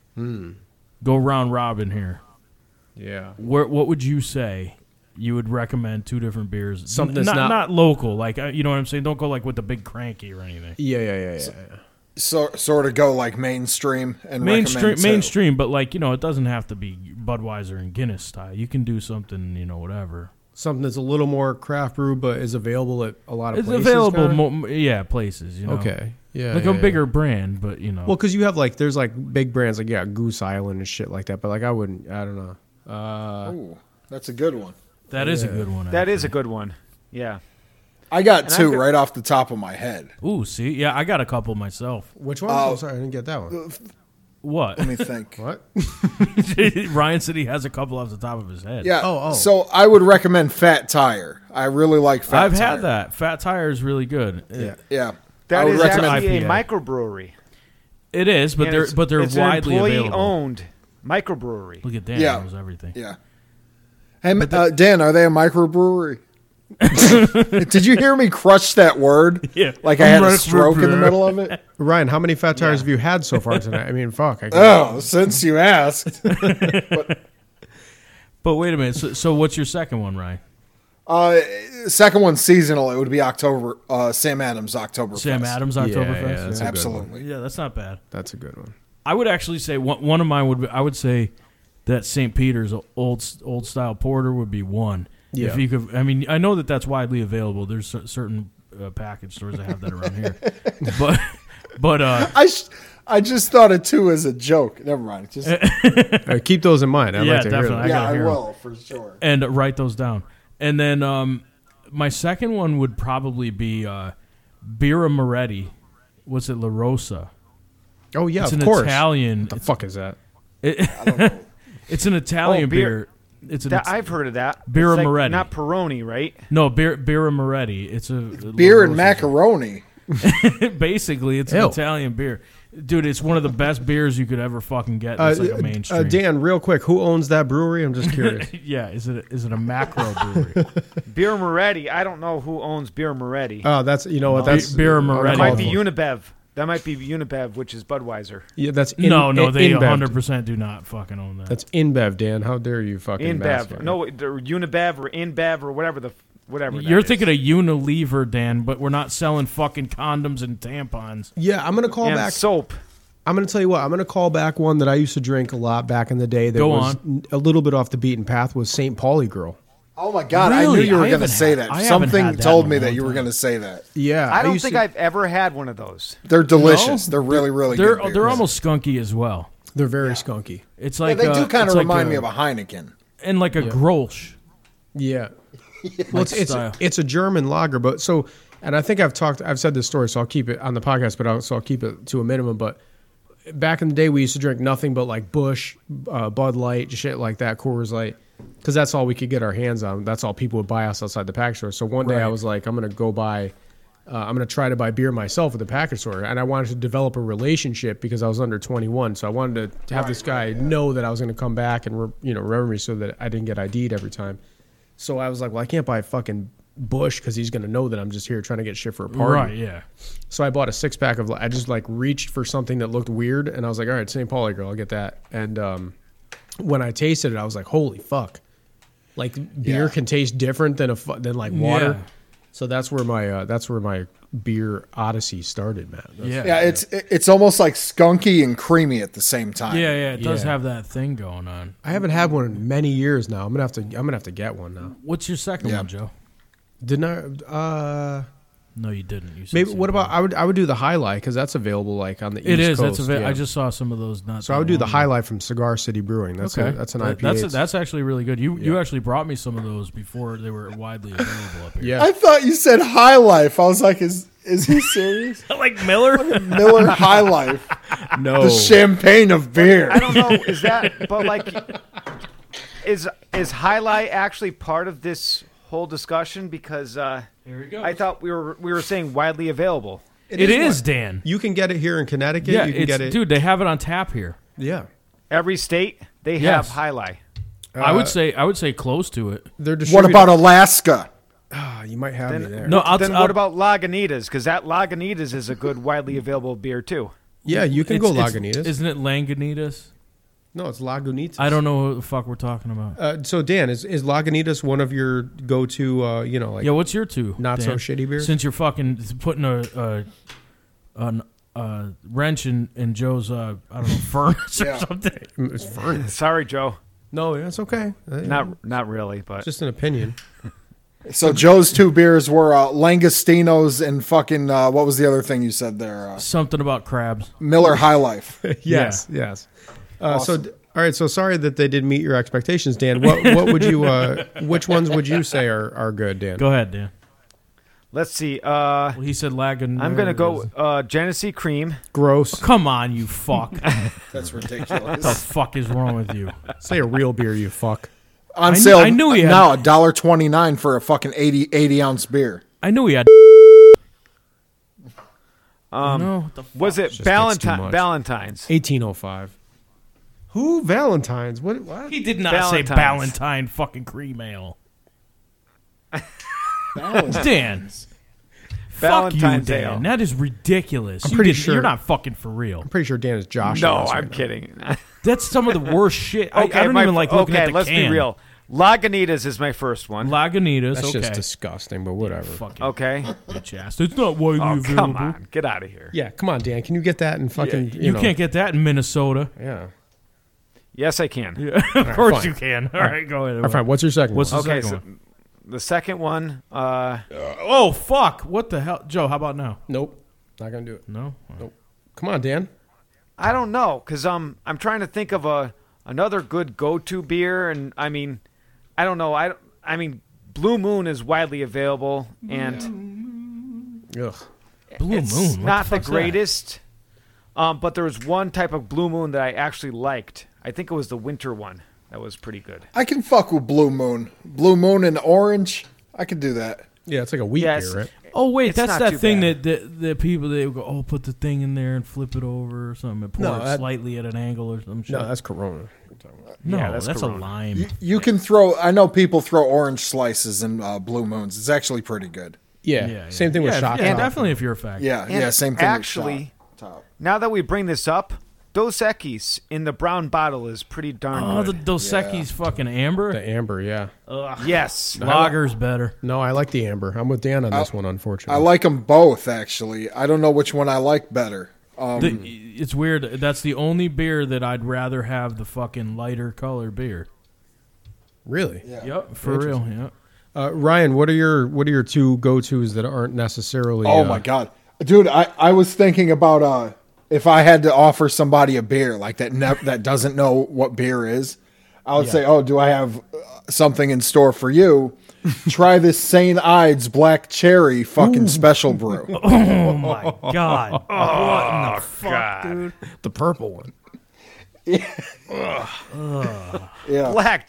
Speaker 1: go round robin here.
Speaker 2: Yeah.
Speaker 1: Where, what would you say you would recommend two different beers?
Speaker 2: Something that's
Speaker 1: not,
Speaker 2: not-
Speaker 1: local, like uh, you know what I'm saying. Don't go like with the big cranky or anything.
Speaker 2: Yeah. Yeah. Yeah. yeah, yeah.
Speaker 3: So sort of go like mainstream and
Speaker 1: Mainstream,
Speaker 3: recommend so.
Speaker 1: mainstream, but like you know, it doesn't have to be Budweiser and Guinness style. You can do something, you know, whatever.
Speaker 2: Something that's a little more craft brew, but is available at a lot of
Speaker 1: It's
Speaker 2: places.
Speaker 1: available,
Speaker 2: kinda?
Speaker 1: mo- m- yeah, places. You know,
Speaker 2: Okay. Yeah.
Speaker 1: like
Speaker 2: yeah,
Speaker 1: a
Speaker 2: yeah.
Speaker 1: bigger brand, but you know,
Speaker 2: Well, because you have like there's like big brands like yeah Goose Island and shit like that, but like I wouldn't. I don't know. Uh,
Speaker 3: Ooh, that's a good one.
Speaker 1: that is
Speaker 2: yeah.
Speaker 1: a good one.
Speaker 4: That is a good one.
Speaker 2: Oh,
Speaker 4: Yeah.
Speaker 3: I got
Speaker 4: I
Speaker 3: two
Speaker 4: could-
Speaker 3: right off the top of my head.
Speaker 1: actually. Ooh, see, yeah, I got a couple myself.
Speaker 2: which one?
Speaker 3: Oh.
Speaker 2: I'm sorry, I didn't get that one.
Speaker 1: What?
Speaker 3: Let me think.
Speaker 2: What?
Speaker 1: Ryan said he has a couple off the top of his head.
Speaker 3: Yeah.
Speaker 2: Oh, oh.
Speaker 3: So I would recommend Fat Tire. I really like Fat
Speaker 1: I've
Speaker 3: Tire.
Speaker 1: had that. Fat Tire is really good.
Speaker 2: yeah.
Speaker 3: Yeah. I
Speaker 4: that
Speaker 3: would
Speaker 4: is
Speaker 3: recommend
Speaker 4: actually a
Speaker 1: IPA.
Speaker 4: microbrewery.
Speaker 1: It is, but
Speaker 4: And
Speaker 1: they're
Speaker 4: it's-
Speaker 1: but they're
Speaker 4: it's
Speaker 1: widely
Speaker 4: an employee
Speaker 1: available.
Speaker 4: owned microbrewery.
Speaker 1: Look at Dan
Speaker 3: Yeah.
Speaker 1: knows everything.
Speaker 3: Yeah. Hey, uh, Dan, are they a microbrewery? Did you hear me crush that word?
Speaker 1: Yeah.
Speaker 3: Like I had a
Speaker 1: Microbrew.
Speaker 3: stroke in the middle of it?
Speaker 2: Ryan, how many fat tires have you had so far tonight? I mean, fuck. I can't-
Speaker 3: Oh, since you asked.
Speaker 1: But wait a minute. So, so what's your second one, Ryan?
Speaker 3: Uh, second one seasonal, it would be October, uh, Sam Adams October.
Speaker 1: Sam Adams Oktoberfest.
Speaker 2: yeah, that's
Speaker 1: yeah.
Speaker 2: a-
Speaker 3: Absolutely.
Speaker 1: Yeah, that's not bad.
Speaker 2: That's a good one.
Speaker 1: I would actually say one, one of mine would be, I would say that St. Peter's uh, old old style porter would be one.
Speaker 2: Yeah.
Speaker 1: If you could, I mean, I know that that's widely available. There's cer- certain uh, package stores that have that around here, but but uh,
Speaker 3: I, sh- I just thought of two as a joke. Never mind. Just, yeah,
Speaker 2: Uh, keep those in mind. I'd
Speaker 1: Yeah,
Speaker 2: like to
Speaker 1: definitely. I
Speaker 2: hear
Speaker 1: gotta
Speaker 3: I
Speaker 1: hear
Speaker 3: will for sure.
Speaker 1: and write those down. And then um, my second one would probably be uh, Bira Moretti. What's it, La Rosa?
Speaker 2: that. Oh yeah,
Speaker 1: It's
Speaker 2: of
Speaker 1: an
Speaker 2: course.
Speaker 1: Italian.
Speaker 2: What the fuck is that?
Speaker 3: I don't know.
Speaker 1: It's an Italian
Speaker 4: Oh,
Speaker 1: beer.
Speaker 4: beer.
Speaker 1: It's an
Speaker 4: That,
Speaker 1: Ita-
Speaker 4: I've heard of that.
Speaker 1: Birra
Speaker 4: It's like
Speaker 1: Moretti.
Speaker 4: Not Peroni, right?
Speaker 1: no beer, beer and Moretti. It's a
Speaker 3: Beer and macaroni.
Speaker 1: Basically, it's an
Speaker 2: Ew.
Speaker 1: Italian beer, dude. It's one of the best beers you could ever fucking get. It's like a mainstream.
Speaker 2: uh, Dan, real quick, who owns that brewery? I'm just curious.
Speaker 1: yeah, is it is it a macro brewery?
Speaker 4: Beer Moretti. I don't know who owns Beer Moretti.
Speaker 2: Oh, that's you know what
Speaker 1: Be-
Speaker 2: that's
Speaker 1: Beer and
Speaker 2: I'll
Speaker 1: Moretti.
Speaker 4: that
Speaker 2: call
Speaker 4: might be
Speaker 2: them.
Speaker 4: Unibev. That might be Unibev, which is Budweiser.
Speaker 2: Yeah, that's in,
Speaker 1: no, no,
Speaker 2: in-
Speaker 1: they
Speaker 2: InBev.
Speaker 1: 100 percent do not fucking own that.
Speaker 2: That's InBev, Dan. How dare you fucking
Speaker 4: InBev.
Speaker 2: basket.
Speaker 4: No, wait, they're Unibev or InBev or whatever the f- whatever. that
Speaker 1: You're
Speaker 4: is.
Speaker 1: thinking of Unilever, Dan, but we're not selling fucking condoms and tampons.
Speaker 2: Yeah, I'm gonna call
Speaker 4: and
Speaker 2: back. Uh,
Speaker 4: soap.
Speaker 2: I'm gonna tell you what. I'm gonna call back one that I used to drink a lot back in the day. That
Speaker 1: Go
Speaker 2: was
Speaker 1: on.
Speaker 2: n- a little bit off the beaten path. Was St. Pauli Girl?
Speaker 3: Oh my God! I knew
Speaker 1: Really?
Speaker 3: you
Speaker 1: I
Speaker 3: were going to
Speaker 1: haven't
Speaker 3: say
Speaker 1: had-
Speaker 3: that.
Speaker 1: I haven't
Speaker 3: Something
Speaker 1: had that
Speaker 3: told
Speaker 1: in a
Speaker 3: me that
Speaker 1: long
Speaker 3: you were
Speaker 1: time.
Speaker 3: going to say that.
Speaker 2: Yeah,
Speaker 4: I don't
Speaker 2: used
Speaker 4: think
Speaker 2: to-
Speaker 4: I've ever had one of those.
Speaker 3: They're delicious. They're really, really
Speaker 1: They're
Speaker 3: good. Beers.
Speaker 1: they're almost skunky as well.
Speaker 2: They're very skunky.
Speaker 1: It's
Speaker 3: Yeah,
Speaker 1: like
Speaker 3: they
Speaker 1: uh,
Speaker 3: do kind
Speaker 1: it's
Speaker 3: of
Speaker 1: like
Speaker 3: remind
Speaker 1: a-
Speaker 3: me of a Heineken.
Speaker 1: and like a Grolsch.
Speaker 2: Yeah. Well, it's, it's,
Speaker 1: style.
Speaker 2: it's a German lager, but so, and I think I've talked, I've said this story, so I'll keep it on the podcast, but I'll, so I'll keep it to a minimum. But back in the day, we used to drink nothing but like Bush, uh, Bud Light, shit like that, Coors Light, because that's all we could get our hands on. That's all people would buy us outside the package store. So one day I
Speaker 1: Right.
Speaker 2: was like, I'm gonna go buy, uh, I'm gonna try to buy beer myself at the package store, and I wanted to develop a relationship because I was under 21. So I wanted to, to have this guy know that I was gonna come back and re- you know remember me so that I didn't get ID'd every time. So I was like, well, I can't buy fucking Bush because he's gonna know that I'm just here trying to get shit for a party.
Speaker 1: Right, yeah.
Speaker 2: So I bought a six pack of. I just like reached for something that looked weird, and I was like, "All right, St. Pauli girl, I'll get that." And um, when I tasted it, I was like, "Holy fuck!" Like beer
Speaker 3: Yeah.
Speaker 2: can taste different than a fu- than like water.
Speaker 1: Yeah.
Speaker 2: So that's where my uh, that's where my beer odyssey started, man.
Speaker 1: Yeah.
Speaker 2: That's-
Speaker 3: Yeah, it's it- it's almost like skunky and creamy at the same time.
Speaker 1: Yeah, yeah, it does
Speaker 2: Yeah.
Speaker 1: have that thing going on.
Speaker 2: I haven't had one in many years now. I'm gonna have to. I'm gonna have to get one now.
Speaker 1: What's your second
Speaker 3: Yeah.
Speaker 1: one, Joe?
Speaker 2: Didn't I? Uh,
Speaker 1: No, you didn't. You said
Speaker 2: maybe. What
Speaker 1: St.
Speaker 2: about?
Speaker 1: Paul.
Speaker 2: I would. I would do the highlight because that's available like on the
Speaker 1: It
Speaker 2: East
Speaker 1: is. That's
Speaker 2: Coast,
Speaker 1: a.
Speaker 2: yeah.
Speaker 1: I just saw some of those. Not
Speaker 2: So I
Speaker 1: that
Speaker 2: would do the
Speaker 1: long ago.
Speaker 2: highlight from Cigar City Brewing. That's a, that's an
Speaker 1: That-
Speaker 2: IPA.
Speaker 1: That's
Speaker 2: It's-
Speaker 1: that's actually really good. You you actually brought me some of those before they were widely available up here.
Speaker 2: yeah.
Speaker 3: I thought you said high life. I was like, is is he serious?
Speaker 1: like Miller.
Speaker 3: Miller High Life,
Speaker 2: No.
Speaker 1: Oh.
Speaker 3: the champagne of beer.
Speaker 4: I don't know. Is that? But like, is is highlight actually part of this whole discussion? Because uh,
Speaker 1: Here we go.
Speaker 4: I thought we were we were saying widely available.
Speaker 1: it is, Dan.
Speaker 2: You can get it here in Connecticut.
Speaker 1: Yeah,
Speaker 2: you can
Speaker 1: it's,
Speaker 2: get it.
Speaker 1: dude. They have it on tap here.
Speaker 2: Yeah.
Speaker 4: Every state they
Speaker 1: Yes.
Speaker 4: have highlight.
Speaker 1: I
Speaker 2: Uh,
Speaker 1: would say I would say close to it.
Speaker 2: They're
Speaker 3: What
Speaker 2: distributed.
Speaker 3: about Alaska?
Speaker 2: Ah, you might have me there.
Speaker 1: No, I'll,
Speaker 4: then
Speaker 1: I'll,
Speaker 4: what about Lagunitas? Because that Lagunitas is a good widely available beer too.
Speaker 2: Yeah, you can
Speaker 1: it's-
Speaker 2: go
Speaker 1: it's-
Speaker 2: Lagunitas.
Speaker 1: Isn't it Lagunitas?
Speaker 2: no, it's Lagunitas.
Speaker 1: I don't know what the fuck we're talking about.
Speaker 2: Uh, so Dan, is is Lagunitas one of your go to? Uh, you know, like
Speaker 1: yeah, what's your two?
Speaker 2: not so
Speaker 1: Dan?
Speaker 2: shitty beers?
Speaker 1: Since you're fucking putting a, a an uh, wrench in, in Joe's uh, I don't know furnace or
Speaker 3: Yeah.
Speaker 1: something.
Speaker 2: Mm, it's fine.
Speaker 4: Sorry, Joe.
Speaker 2: No, it's okay. Uh,
Speaker 4: Not not really, but
Speaker 2: just an opinion.
Speaker 3: So Joe's two beers were uh, Langostinos and fucking uh, what was the other thing you said there? Uh,
Speaker 1: Something about crabs.
Speaker 3: Miller High Life.
Speaker 2: yes, yes. Uh, So. d- All right, so sorry that they didn't meet your expectations, Dan. What what would you? Uh, which ones would you say are, are good, Dan?
Speaker 1: Go ahead, Dan.
Speaker 4: let's see. Uh,
Speaker 1: Well, he said Lagunitas.
Speaker 4: I'm gonna go uh, Genesee Cream.
Speaker 2: Gross.
Speaker 1: Come on, you fuck. what
Speaker 3: That's
Speaker 1: the
Speaker 3: ridiculous.
Speaker 1: fuck is wrong with you?
Speaker 2: Say a real beer, you fuck.
Speaker 3: On
Speaker 1: knew-
Speaker 3: sale
Speaker 1: I knew he had-
Speaker 3: now a dollar twenty nine for a fucking 80, 80 ounce beer.
Speaker 1: I knew he had. Um,
Speaker 2: just
Speaker 4: Was it
Speaker 2: that's too
Speaker 4: Valentine?
Speaker 2: much.
Speaker 4: Valentine's.
Speaker 2: 1805. Who Valentine's? What? what?
Speaker 1: He did not say
Speaker 4: Valentine's.
Speaker 1: Valentine fucking cream ale. Dan.
Speaker 4: Valentine's
Speaker 1: Fuck you, Dan.
Speaker 4: ale.
Speaker 1: That is ridiculous. you
Speaker 2: pretty
Speaker 1: did-
Speaker 2: sure-
Speaker 1: You're not fucking for real.
Speaker 2: I'm pretty sure Dan is Josh.
Speaker 4: No, I'm kidding.
Speaker 1: That's some of the worst shit. I,
Speaker 4: okay,
Speaker 1: I don't
Speaker 4: my-
Speaker 1: even like looking
Speaker 4: okay,
Speaker 1: at the
Speaker 4: let's
Speaker 1: can.
Speaker 4: be real. Lagunitas is my first one.
Speaker 1: Lagunitas.
Speaker 2: That's
Speaker 1: okay.
Speaker 2: just disgusting, but whatever.
Speaker 1: fucking
Speaker 4: okay.
Speaker 1: bitch ass. It's not widely
Speaker 4: Oh,
Speaker 1: available.
Speaker 4: come on. Get out of here.
Speaker 2: Yeah, come on, Dan. Can you get that and fucking?
Speaker 1: You,
Speaker 2: you, know,
Speaker 1: can't get that in Minnesota.
Speaker 2: Yeah.
Speaker 4: Yes, I can.
Speaker 1: of course
Speaker 2: fine.
Speaker 1: you can. All right, go ahead.
Speaker 2: All right, fine. What's your second?
Speaker 1: What's
Speaker 2: one?
Speaker 1: the
Speaker 4: Okay,
Speaker 1: second
Speaker 4: so
Speaker 1: one?
Speaker 4: the second one, uh,
Speaker 1: Oh fuck! What the hell, Joe? How about now?
Speaker 2: Oh, Nope. Not gonna do it.
Speaker 1: No.
Speaker 2: Come on, Dan.
Speaker 4: I don't know, cause um, I'm trying to think of a another good go-to beer, and I mean, I don't know. I I mean, Blue Moon is widely available, and
Speaker 2: Ugh.
Speaker 1: Blue
Speaker 4: it's
Speaker 1: Moon. What
Speaker 4: not the,
Speaker 1: fuck's that?
Speaker 4: greatest. Um, but there was one type of Blue Moon that I actually liked. I think it was the winter one that was pretty good.
Speaker 3: I can fuck with Blue Moon. Blue Moon and orange. I could do that.
Speaker 2: Yeah, it's like a wheat
Speaker 4: Yes.
Speaker 2: beer, right?
Speaker 1: Oh wait,
Speaker 4: It's
Speaker 1: that's
Speaker 4: not
Speaker 1: that
Speaker 4: too
Speaker 1: thing
Speaker 4: bad.
Speaker 1: that that the people they would go, oh, put the thing in there and flip it over or something, and pour
Speaker 2: No,
Speaker 1: it
Speaker 2: that-
Speaker 1: slightly at an angle or some shit.
Speaker 2: No, that's Corona.
Speaker 1: No,
Speaker 4: yeah,
Speaker 1: that's,
Speaker 4: that's
Speaker 1: a
Speaker 4: Corona.
Speaker 1: lime.
Speaker 3: You, you can throw. I know people throw orange slices in uh, Blue Moons. It's actually pretty good.
Speaker 2: Yeah.
Speaker 1: Yeah, yeah.
Speaker 2: Same thing with
Speaker 1: yeah,
Speaker 2: shot.
Speaker 1: Yeah,
Speaker 2: top.
Speaker 1: definitely if you're a fact.
Speaker 3: Yeah, yeah. Same thing. with
Speaker 4: actually-
Speaker 3: Shot top.
Speaker 4: Now that we bring this up, Dos Equis in the brown bottle is pretty darn
Speaker 1: Oh, the
Speaker 4: good.
Speaker 1: Dos Equis fucking amber.
Speaker 2: The amber. Yeah.
Speaker 4: yes,
Speaker 1: Lager's better.
Speaker 2: No, I like the amber. I'm with Dan on this one, unfortunately.
Speaker 3: I like them both. Actually, I don't know which one I like better. Um,
Speaker 1: The- it's weird. That's the only beer that I'd rather have the fucking lighter color beer.
Speaker 2: really.
Speaker 1: Yep, for real. Yeah.
Speaker 2: Uh, Ryan, what are your what are your two go tos that aren't necessarily?
Speaker 3: Oh
Speaker 2: uh,
Speaker 3: my god, dude! I, I was thinking about uh, if I had to offer somebody a beer like that ne- that doesn't know what beer is, I would say, oh, do I have uh, something in store for you? try this St. Ides Black Cherry fucking special brew.
Speaker 1: Oh my god! what
Speaker 4: Oh,
Speaker 1: in the fuck, dude?
Speaker 2: The purple one.
Speaker 3: Yeah.
Speaker 4: Black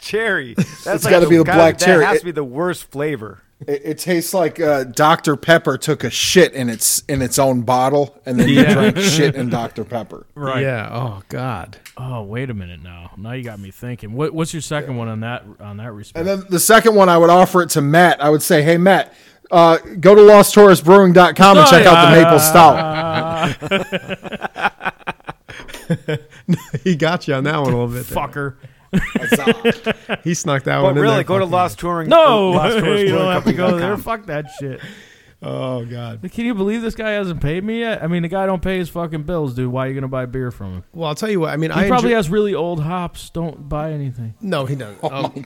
Speaker 4: cherry. That's
Speaker 3: It's gotta be the
Speaker 4: God,
Speaker 3: black
Speaker 4: that
Speaker 3: cherry.
Speaker 4: has
Speaker 3: It-
Speaker 4: to be the worst flavor.
Speaker 3: It, it tastes like uh, Dr. Pepper took a shit in its in its own bottle, and then
Speaker 2: Yeah.
Speaker 3: you drank shit in Dr. Pepper.
Speaker 1: Right.
Speaker 2: Yeah. Oh God.
Speaker 1: Oh, wait a minute now. Now you got me thinking. What, what's your second one on that on that respect?
Speaker 3: And then the second one, I would offer it to Matt. I would say, hey, Matt, uh, go to losttouristbrewing.com and
Speaker 1: Oh,
Speaker 3: check out the
Speaker 1: yeah.
Speaker 3: maple stout.
Speaker 2: He got you on that one a little bit. there.
Speaker 1: Fucker.
Speaker 3: Huzzah.
Speaker 2: He snuck that
Speaker 4: But
Speaker 2: one. in
Speaker 4: really,
Speaker 2: there
Speaker 4: go to
Speaker 2: fucking-
Speaker 4: Lost Touring.
Speaker 1: No,
Speaker 4: Lost Tourist
Speaker 1: you don't have to
Speaker 4: Brewing
Speaker 1: go there.
Speaker 4: Company.com.
Speaker 1: Fuck that shit.
Speaker 2: Oh God.
Speaker 1: Can you believe this guy hasn't paid me yet? I mean, the guy don't pay his fucking bills, dude. Why are you gonna buy beer from him?
Speaker 2: Well, I'll tell you what. I mean,
Speaker 1: He
Speaker 2: I
Speaker 1: probably
Speaker 2: enjoy-
Speaker 1: has really old hops. Don't buy anything.
Speaker 2: no, he doesn't.
Speaker 1: Oh,
Speaker 2: Um,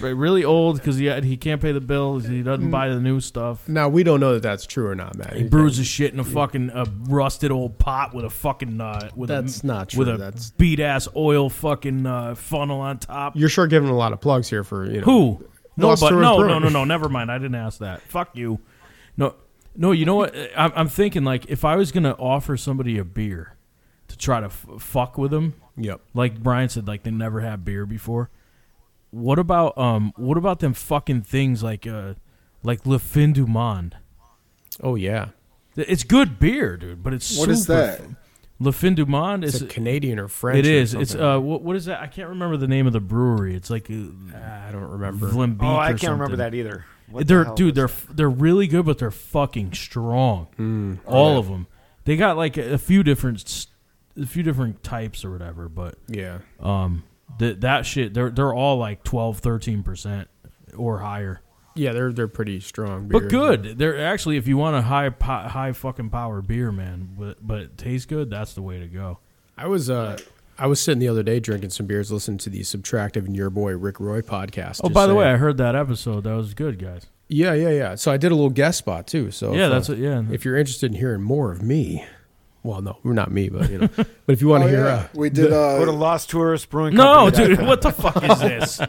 Speaker 1: Right, really old because he he can't pay the bills. He doesn't buy the new stuff.
Speaker 2: now we don't know that that's true or not, Matt.
Speaker 1: He brews his shit in a fucking uh, rusted old pot with a fucking uh, with
Speaker 2: That's
Speaker 1: a,
Speaker 2: not
Speaker 1: with
Speaker 2: true.
Speaker 1: a
Speaker 2: That's-
Speaker 1: beat ass oil fucking uh, funnel on top.
Speaker 2: You're sure giving a lot of plugs here for you know
Speaker 1: Who? No,
Speaker 2: Lost
Speaker 1: but
Speaker 2: Tourist
Speaker 1: no, no,
Speaker 2: Brewing.
Speaker 1: no, no. Never mind. I didn't ask that. Fuck you. No, no. You know what? I'm, I'm thinking like if I was gonna offer somebody a beer to try to f- fuck with them,
Speaker 2: Yep.
Speaker 1: like Brian said, like they never had beer before. What about um? What about them fucking things like uh, like Le Fin du Monde?
Speaker 2: Oh yeah.
Speaker 1: Th- It's good beer, dude, but it's
Speaker 3: What
Speaker 1: super
Speaker 3: is that?
Speaker 1: Le Fin du Monde
Speaker 2: It's
Speaker 1: is
Speaker 2: a Canadian or French.
Speaker 1: it
Speaker 2: or
Speaker 1: is. It's
Speaker 2: something.
Speaker 1: uh, what, what is that? I can't remember the name of the brewery. It's like uh,
Speaker 2: I don't remember.
Speaker 1: Vlimbeek
Speaker 4: Oh,
Speaker 1: or
Speaker 4: I can't remember
Speaker 1: something.
Speaker 4: that either. What the
Speaker 1: they're
Speaker 4: hell
Speaker 1: dude,
Speaker 4: was
Speaker 1: they're they're really good, but they're fucking strong. All of them. They got like a, a few different, s- a few different types or whatever. But
Speaker 2: Yeah.
Speaker 1: um, th- that shit, they're they're all like 12, 13 percent or higher.
Speaker 2: Yeah, they're they're pretty strong.
Speaker 1: But
Speaker 2: beers.
Speaker 1: good. They're actually, if you want a high po- high fucking power beer, man, but but it tastes good. That's the way to go.
Speaker 2: I was uh I was sitting the other day drinking some beers, listening to the Subtractive and Your Boy Rick Roy podcast.
Speaker 1: Oh,
Speaker 2: Just
Speaker 1: by the way,
Speaker 2: saying-
Speaker 1: I heard that episode. That was good, guys.
Speaker 2: yeah, yeah, yeah. So I did a little guest spot too. So
Speaker 1: yeah,
Speaker 2: if,
Speaker 1: that's
Speaker 2: uh,
Speaker 1: it. Yeah,
Speaker 2: If you're interested in hearing more of me, well, no, we're not me, but you know, but if you want
Speaker 3: Oh,
Speaker 2: to hear,
Speaker 3: yeah.
Speaker 2: uh,
Speaker 3: we did.
Speaker 4: it? Go to
Speaker 3: Uh,
Speaker 4: Lost Tourist Brewing.
Speaker 1: No,
Speaker 4: Company.com.
Speaker 1: dude, what the fuck is this?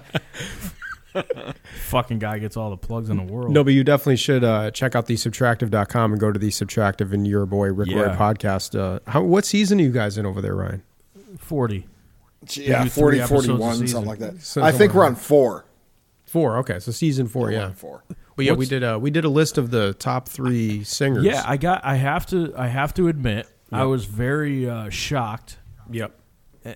Speaker 1: Fucking guy gets all the plugs in the world.
Speaker 2: no, but you definitely should uh, check out the Subtractive.com and go to the Subtractive and Your Boy Rick Roy
Speaker 1: Yeah.
Speaker 2: podcast. Uh, how, what season are you guys in over there, Ryan?
Speaker 1: forty.
Speaker 3: yeah,
Speaker 1: do three
Speaker 3: 40,
Speaker 1: episodes a
Speaker 3: 41,
Speaker 1: season.
Speaker 3: something like that.
Speaker 2: So
Speaker 3: I think
Speaker 2: somewhere
Speaker 3: we're on four.
Speaker 2: Four. Okay, so season four.
Speaker 3: We're
Speaker 2: Yeah,
Speaker 3: on four.
Speaker 2: But yeah, we
Speaker 1: What's-
Speaker 2: did. Uh, we did a list of the top three singers.
Speaker 1: Yeah, I got. I have to. I have to admit, I was very uh, shocked,
Speaker 2: Yep.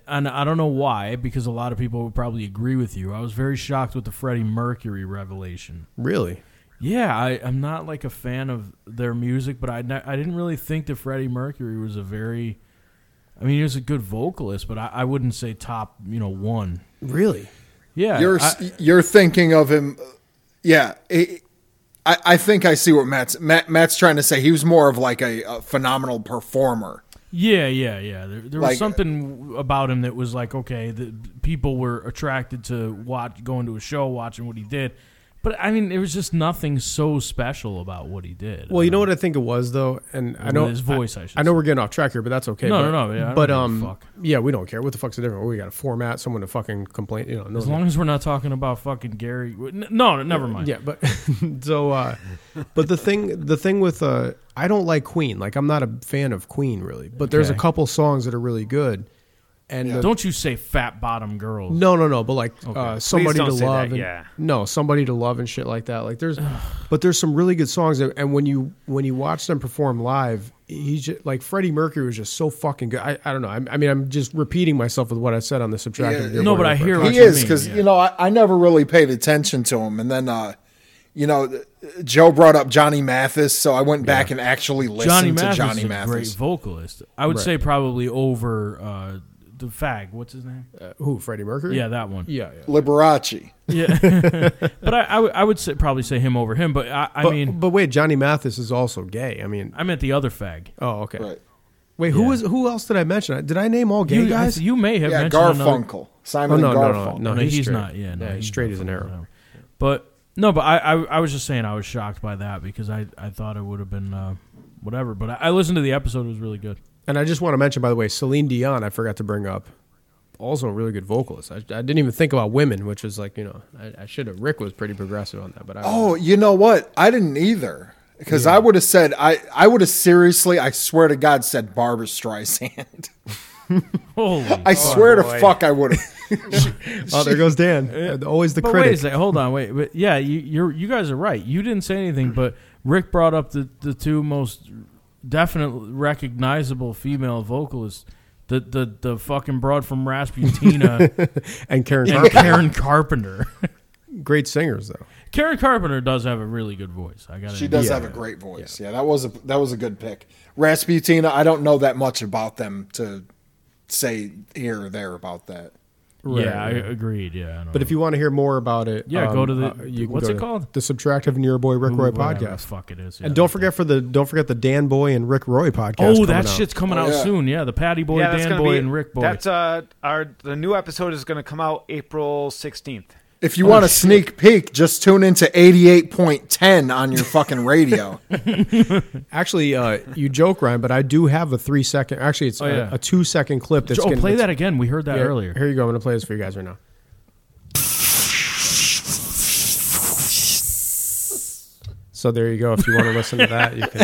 Speaker 1: and I don't know why, because a lot of people would probably agree with you. I was very shocked with the Freddie Mercury revelation.
Speaker 2: Really?
Speaker 1: Yeah, I, I'm not like a fan of their music, but I, ne- I didn't really think that Freddie Mercury was a very. I mean, he was a good vocalist, but I, I wouldn't say top, you know, one.
Speaker 2: Really?
Speaker 1: Yeah,
Speaker 3: You're
Speaker 1: I-
Speaker 3: you're thinking of him. Yeah, it, I I think I see what Matt's Matt, Matt's trying to say. He was more of like a, a phenomenal performer.
Speaker 1: Yeah, yeah, yeah. There, there was
Speaker 3: Like- uh,
Speaker 1: something about him that was like, okay, the people were attracted to watch going to a show, watching what he did. But I mean, there was just nothing so special about what he did.
Speaker 2: Well, you know what I think it was though, and I
Speaker 1: With
Speaker 2: know
Speaker 1: his voice, I should
Speaker 2: I know
Speaker 1: say.
Speaker 2: we're getting off track here, but that's okay.
Speaker 1: No,
Speaker 2: but,
Speaker 1: no, no, yeah, I don't
Speaker 2: but
Speaker 1: give a
Speaker 2: um,
Speaker 1: fuck.
Speaker 2: yeah, we don't care. What the fuck's the difference? We got a format, someone to fucking complain. You know, no,
Speaker 1: as long as we're not talking about fucking Gary. N- No, never mind.
Speaker 2: yeah, but so, uh, but the thing, the thing with uh, I don't like Queen. Like, I'm not a fan of Queen really, but there's a
Speaker 1: Okay.
Speaker 2: couple songs that are really good, and the-
Speaker 1: Don't you say fat bottom girls.
Speaker 2: No, no, no. But like uh, somebody
Speaker 4: don't
Speaker 2: to
Speaker 4: say that,
Speaker 2: love, and,
Speaker 4: yeah.
Speaker 2: No, somebody to love and shit like that. Like there's, but there's some really good songs. that- and when you when you watch them perform live, he just, like Freddie Mercury was just so fucking good. I, I don't know. I, I mean, I'm just repeating myself with what I said on the subtractive.
Speaker 3: Yeah,
Speaker 1: No, but I hear what
Speaker 3: he
Speaker 1: you
Speaker 3: is
Speaker 1: mean,
Speaker 3: because
Speaker 1: yeah.
Speaker 3: you know I, I never really paid attention to him, and then uh, you know th- Joe brought up Johnny Mathis, so I went back and actually listened
Speaker 1: Johnny
Speaker 3: to
Speaker 1: Mathis
Speaker 3: Johnny
Speaker 1: is a great
Speaker 3: Mathis.
Speaker 1: vocalist. I would
Speaker 2: Right.
Speaker 1: say probably over uh, the fag. What's his name?
Speaker 2: Uh, who Freddie Mercury?
Speaker 1: yeah, that one.
Speaker 2: yeah, yeah.
Speaker 3: Liberace.
Speaker 1: Yeah. but I, I, would- I would say, probably say him over him. But I, I
Speaker 2: But,
Speaker 1: mean,
Speaker 2: but wait, Johnny Mathis is also gay. I mean,
Speaker 1: I meant the other fag.
Speaker 2: oh okay.
Speaker 3: Right.
Speaker 2: Wait, who was who else did I mention? I- Did I name all gay
Speaker 1: You
Speaker 2: guys?
Speaker 1: I- you may have
Speaker 3: Yeah,
Speaker 1: mentioned another-
Speaker 3: Garfunkel.
Speaker 2: oh
Speaker 3: Simon
Speaker 2: no,
Speaker 3: and
Speaker 2: no,
Speaker 3: Garfunkel.
Speaker 2: no, no,
Speaker 1: No, he's,
Speaker 2: straight.
Speaker 1: not. Yeah, no,
Speaker 2: yeah, he's straight as an
Speaker 1: not
Speaker 2: arrow.
Speaker 1: from- But no, but I, I, I was just saying I was shocked by that because I, I thought it would have been uh, whatever. But I, I listened to the episode; it was really good.
Speaker 2: And I just want to mention, by the way, Celine Dion. I forgot to bring up. also a really good vocalist. I, I didn't even think about women, which is like you know I, I should have. Rick was pretty progressive on that, but I
Speaker 3: Oh, you know what? I didn't either. Because I would have said I, I would have seriously, I swear to God, said Barbara Streisand.
Speaker 1: Holy.
Speaker 3: I swear
Speaker 4: boy.
Speaker 3: to fuck, I would have.
Speaker 2: oh there goes Dan, always the
Speaker 1: but wait a
Speaker 2: critic.
Speaker 1: second. Hold on. Wait. But yeah, you you're, you guys are right. You didn't say anything, but Rick brought up the, the two most definite recognizable female vocalists. The, the, the fucking broad from Rasputina
Speaker 2: And Karen,
Speaker 1: and
Speaker 2: Carpenter.
Speaker 1: Karen Carpenter.
Speaker 2: great singers though.
Speaker 1: Karen Carpenter does have a really good voice. I got
Speaker 3: She does
Speaker 2: Yeah.
Speaker 3: have a great voice. Yeah. that was a that was a good pick. Rasputina, I don't know that much about them to say here or there about that.
Speaker 1: Yeah, I
Speaker 2: Right,
Speaker 1: agreed. Yeah, I know.
Speaker 2: But if you want to hear more about it,
Speaker 1: Yeah, go to the-
Speaker 2: uh, you can
Speaker 1: what's
Speaker 2: go
Speaker 1: it
Speaker 2: to
Speaker 1: called?
Speaker 2: The Subtractive Near Boy Rick Roy
Speaker 1: Whatever the
Speaker 2: podcast.
Speaker 1: fuck it is. yeah.
Speaker 2: And don't forget for the don't forget the Dan Boy and Rick Roy podcast.
Speaker 1: Oh,
Speaker 2: coming
Speaker 1: that
Speaker 2: out.
Speaker 1: shit's coming
Speaker 3: Oh,
Speaker 1: out
Speaker 3: yeah.
Speaker 1: soon. Yeah, the Patty Boy,
Speaker 4: yeah, that's
Speaker 1: Dan
Speaker 4: gonna
Speaker 1: Boy,
Speaker 4: be,
Speaker 1: and Rick Boy.
Speaker 4: That's uh, our the new episode is going to come out April sixteenth.
Speaker 3: If
Speaker 1: Oh,
Speaker 3: you want a sneak peek, just tune into 88.10 on your fucking radio.
Speaker 2: Actually, uh, you joke, Ryan, but I do have a three second. Actually, it's a,
Speaker 1: Oh, yeah.
Speaker 2: a two second clip. That's
Speaker 1: Joe,
Speaker 2: gonna-
Speaker 1: Oh, play
Speaker 2: that's-
Speaker 1: that again. We heard that
Speaker 2: here-
Speaker 1: earlier.
Speaker 2: Here you go. I'm gonna play this for you guys right now. So there you go. If you want to listen to that, you can.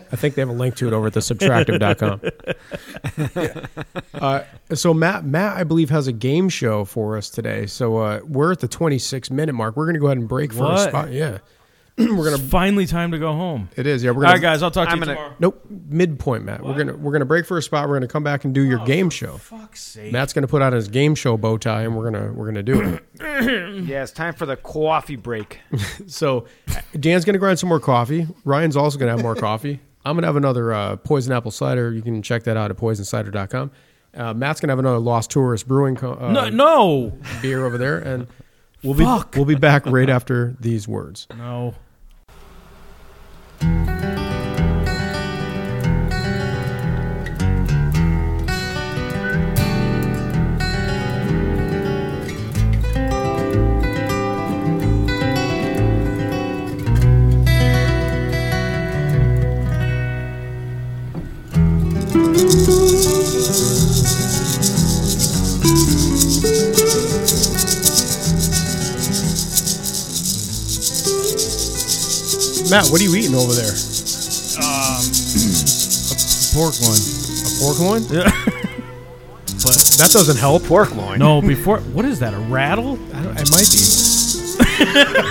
Speaker 2: I think they have a link to it over at the subtractive.com. Uh, so Matt, Matt, I believe has a game show for us today. So uh, we're at the 26 minute mark. We're gonna go ahead and break for a
Speaker 1: What?
Speaker 2: spot. Yeah,
Speaker 1: We're gonna finally time to go home.
Speaker 2: it is. Yeah, we're
Speaker 1: All
Speaker 2: gonna.
Speaker 1: right, guys, I'll talk to
Speaker 4: I'm
Speaker 1: you
Speaker 4: gonna-
Speaker 1: tomorrow.
Speaker 2: Nope, midpoint, Matt. We're gonna we're gonna break for a spot. We're gonna come back and do your game show.
Speaker 1: Oh, Fuck's sake.
Speaker 2: Matt's gonna put on his game show bow tie, and we're gonna we're gonna do it.
Speaker 1: Mm.
Speaker 4: Yeah, it's time for the coffee break.
Speaker 2: so, Dan's gonna grind some more coffee. Ryan's also gonna have more coffee. I'm gonna have another uh, poison apple cider. You can check that out at poisoncider.com. Uh, Matt's gonna have another Lost Tourist Brewing co- uh,
Speaker 1: No, no,
Speaker 2: beer over there, and we'll
Speaker 1: Fuck.
Speaker 2: be we'll be back right after these words.
Speaker 1: no.
Speaker 2: Matt, what are you eating over there?
Speaker 1: Pork one.
Speaker 2: A pork loin? Yeah. but that doesn't help. Pork loin.
Speaker 1: No, before what is that? A rattle?
Speaker 2: I don't, it might be.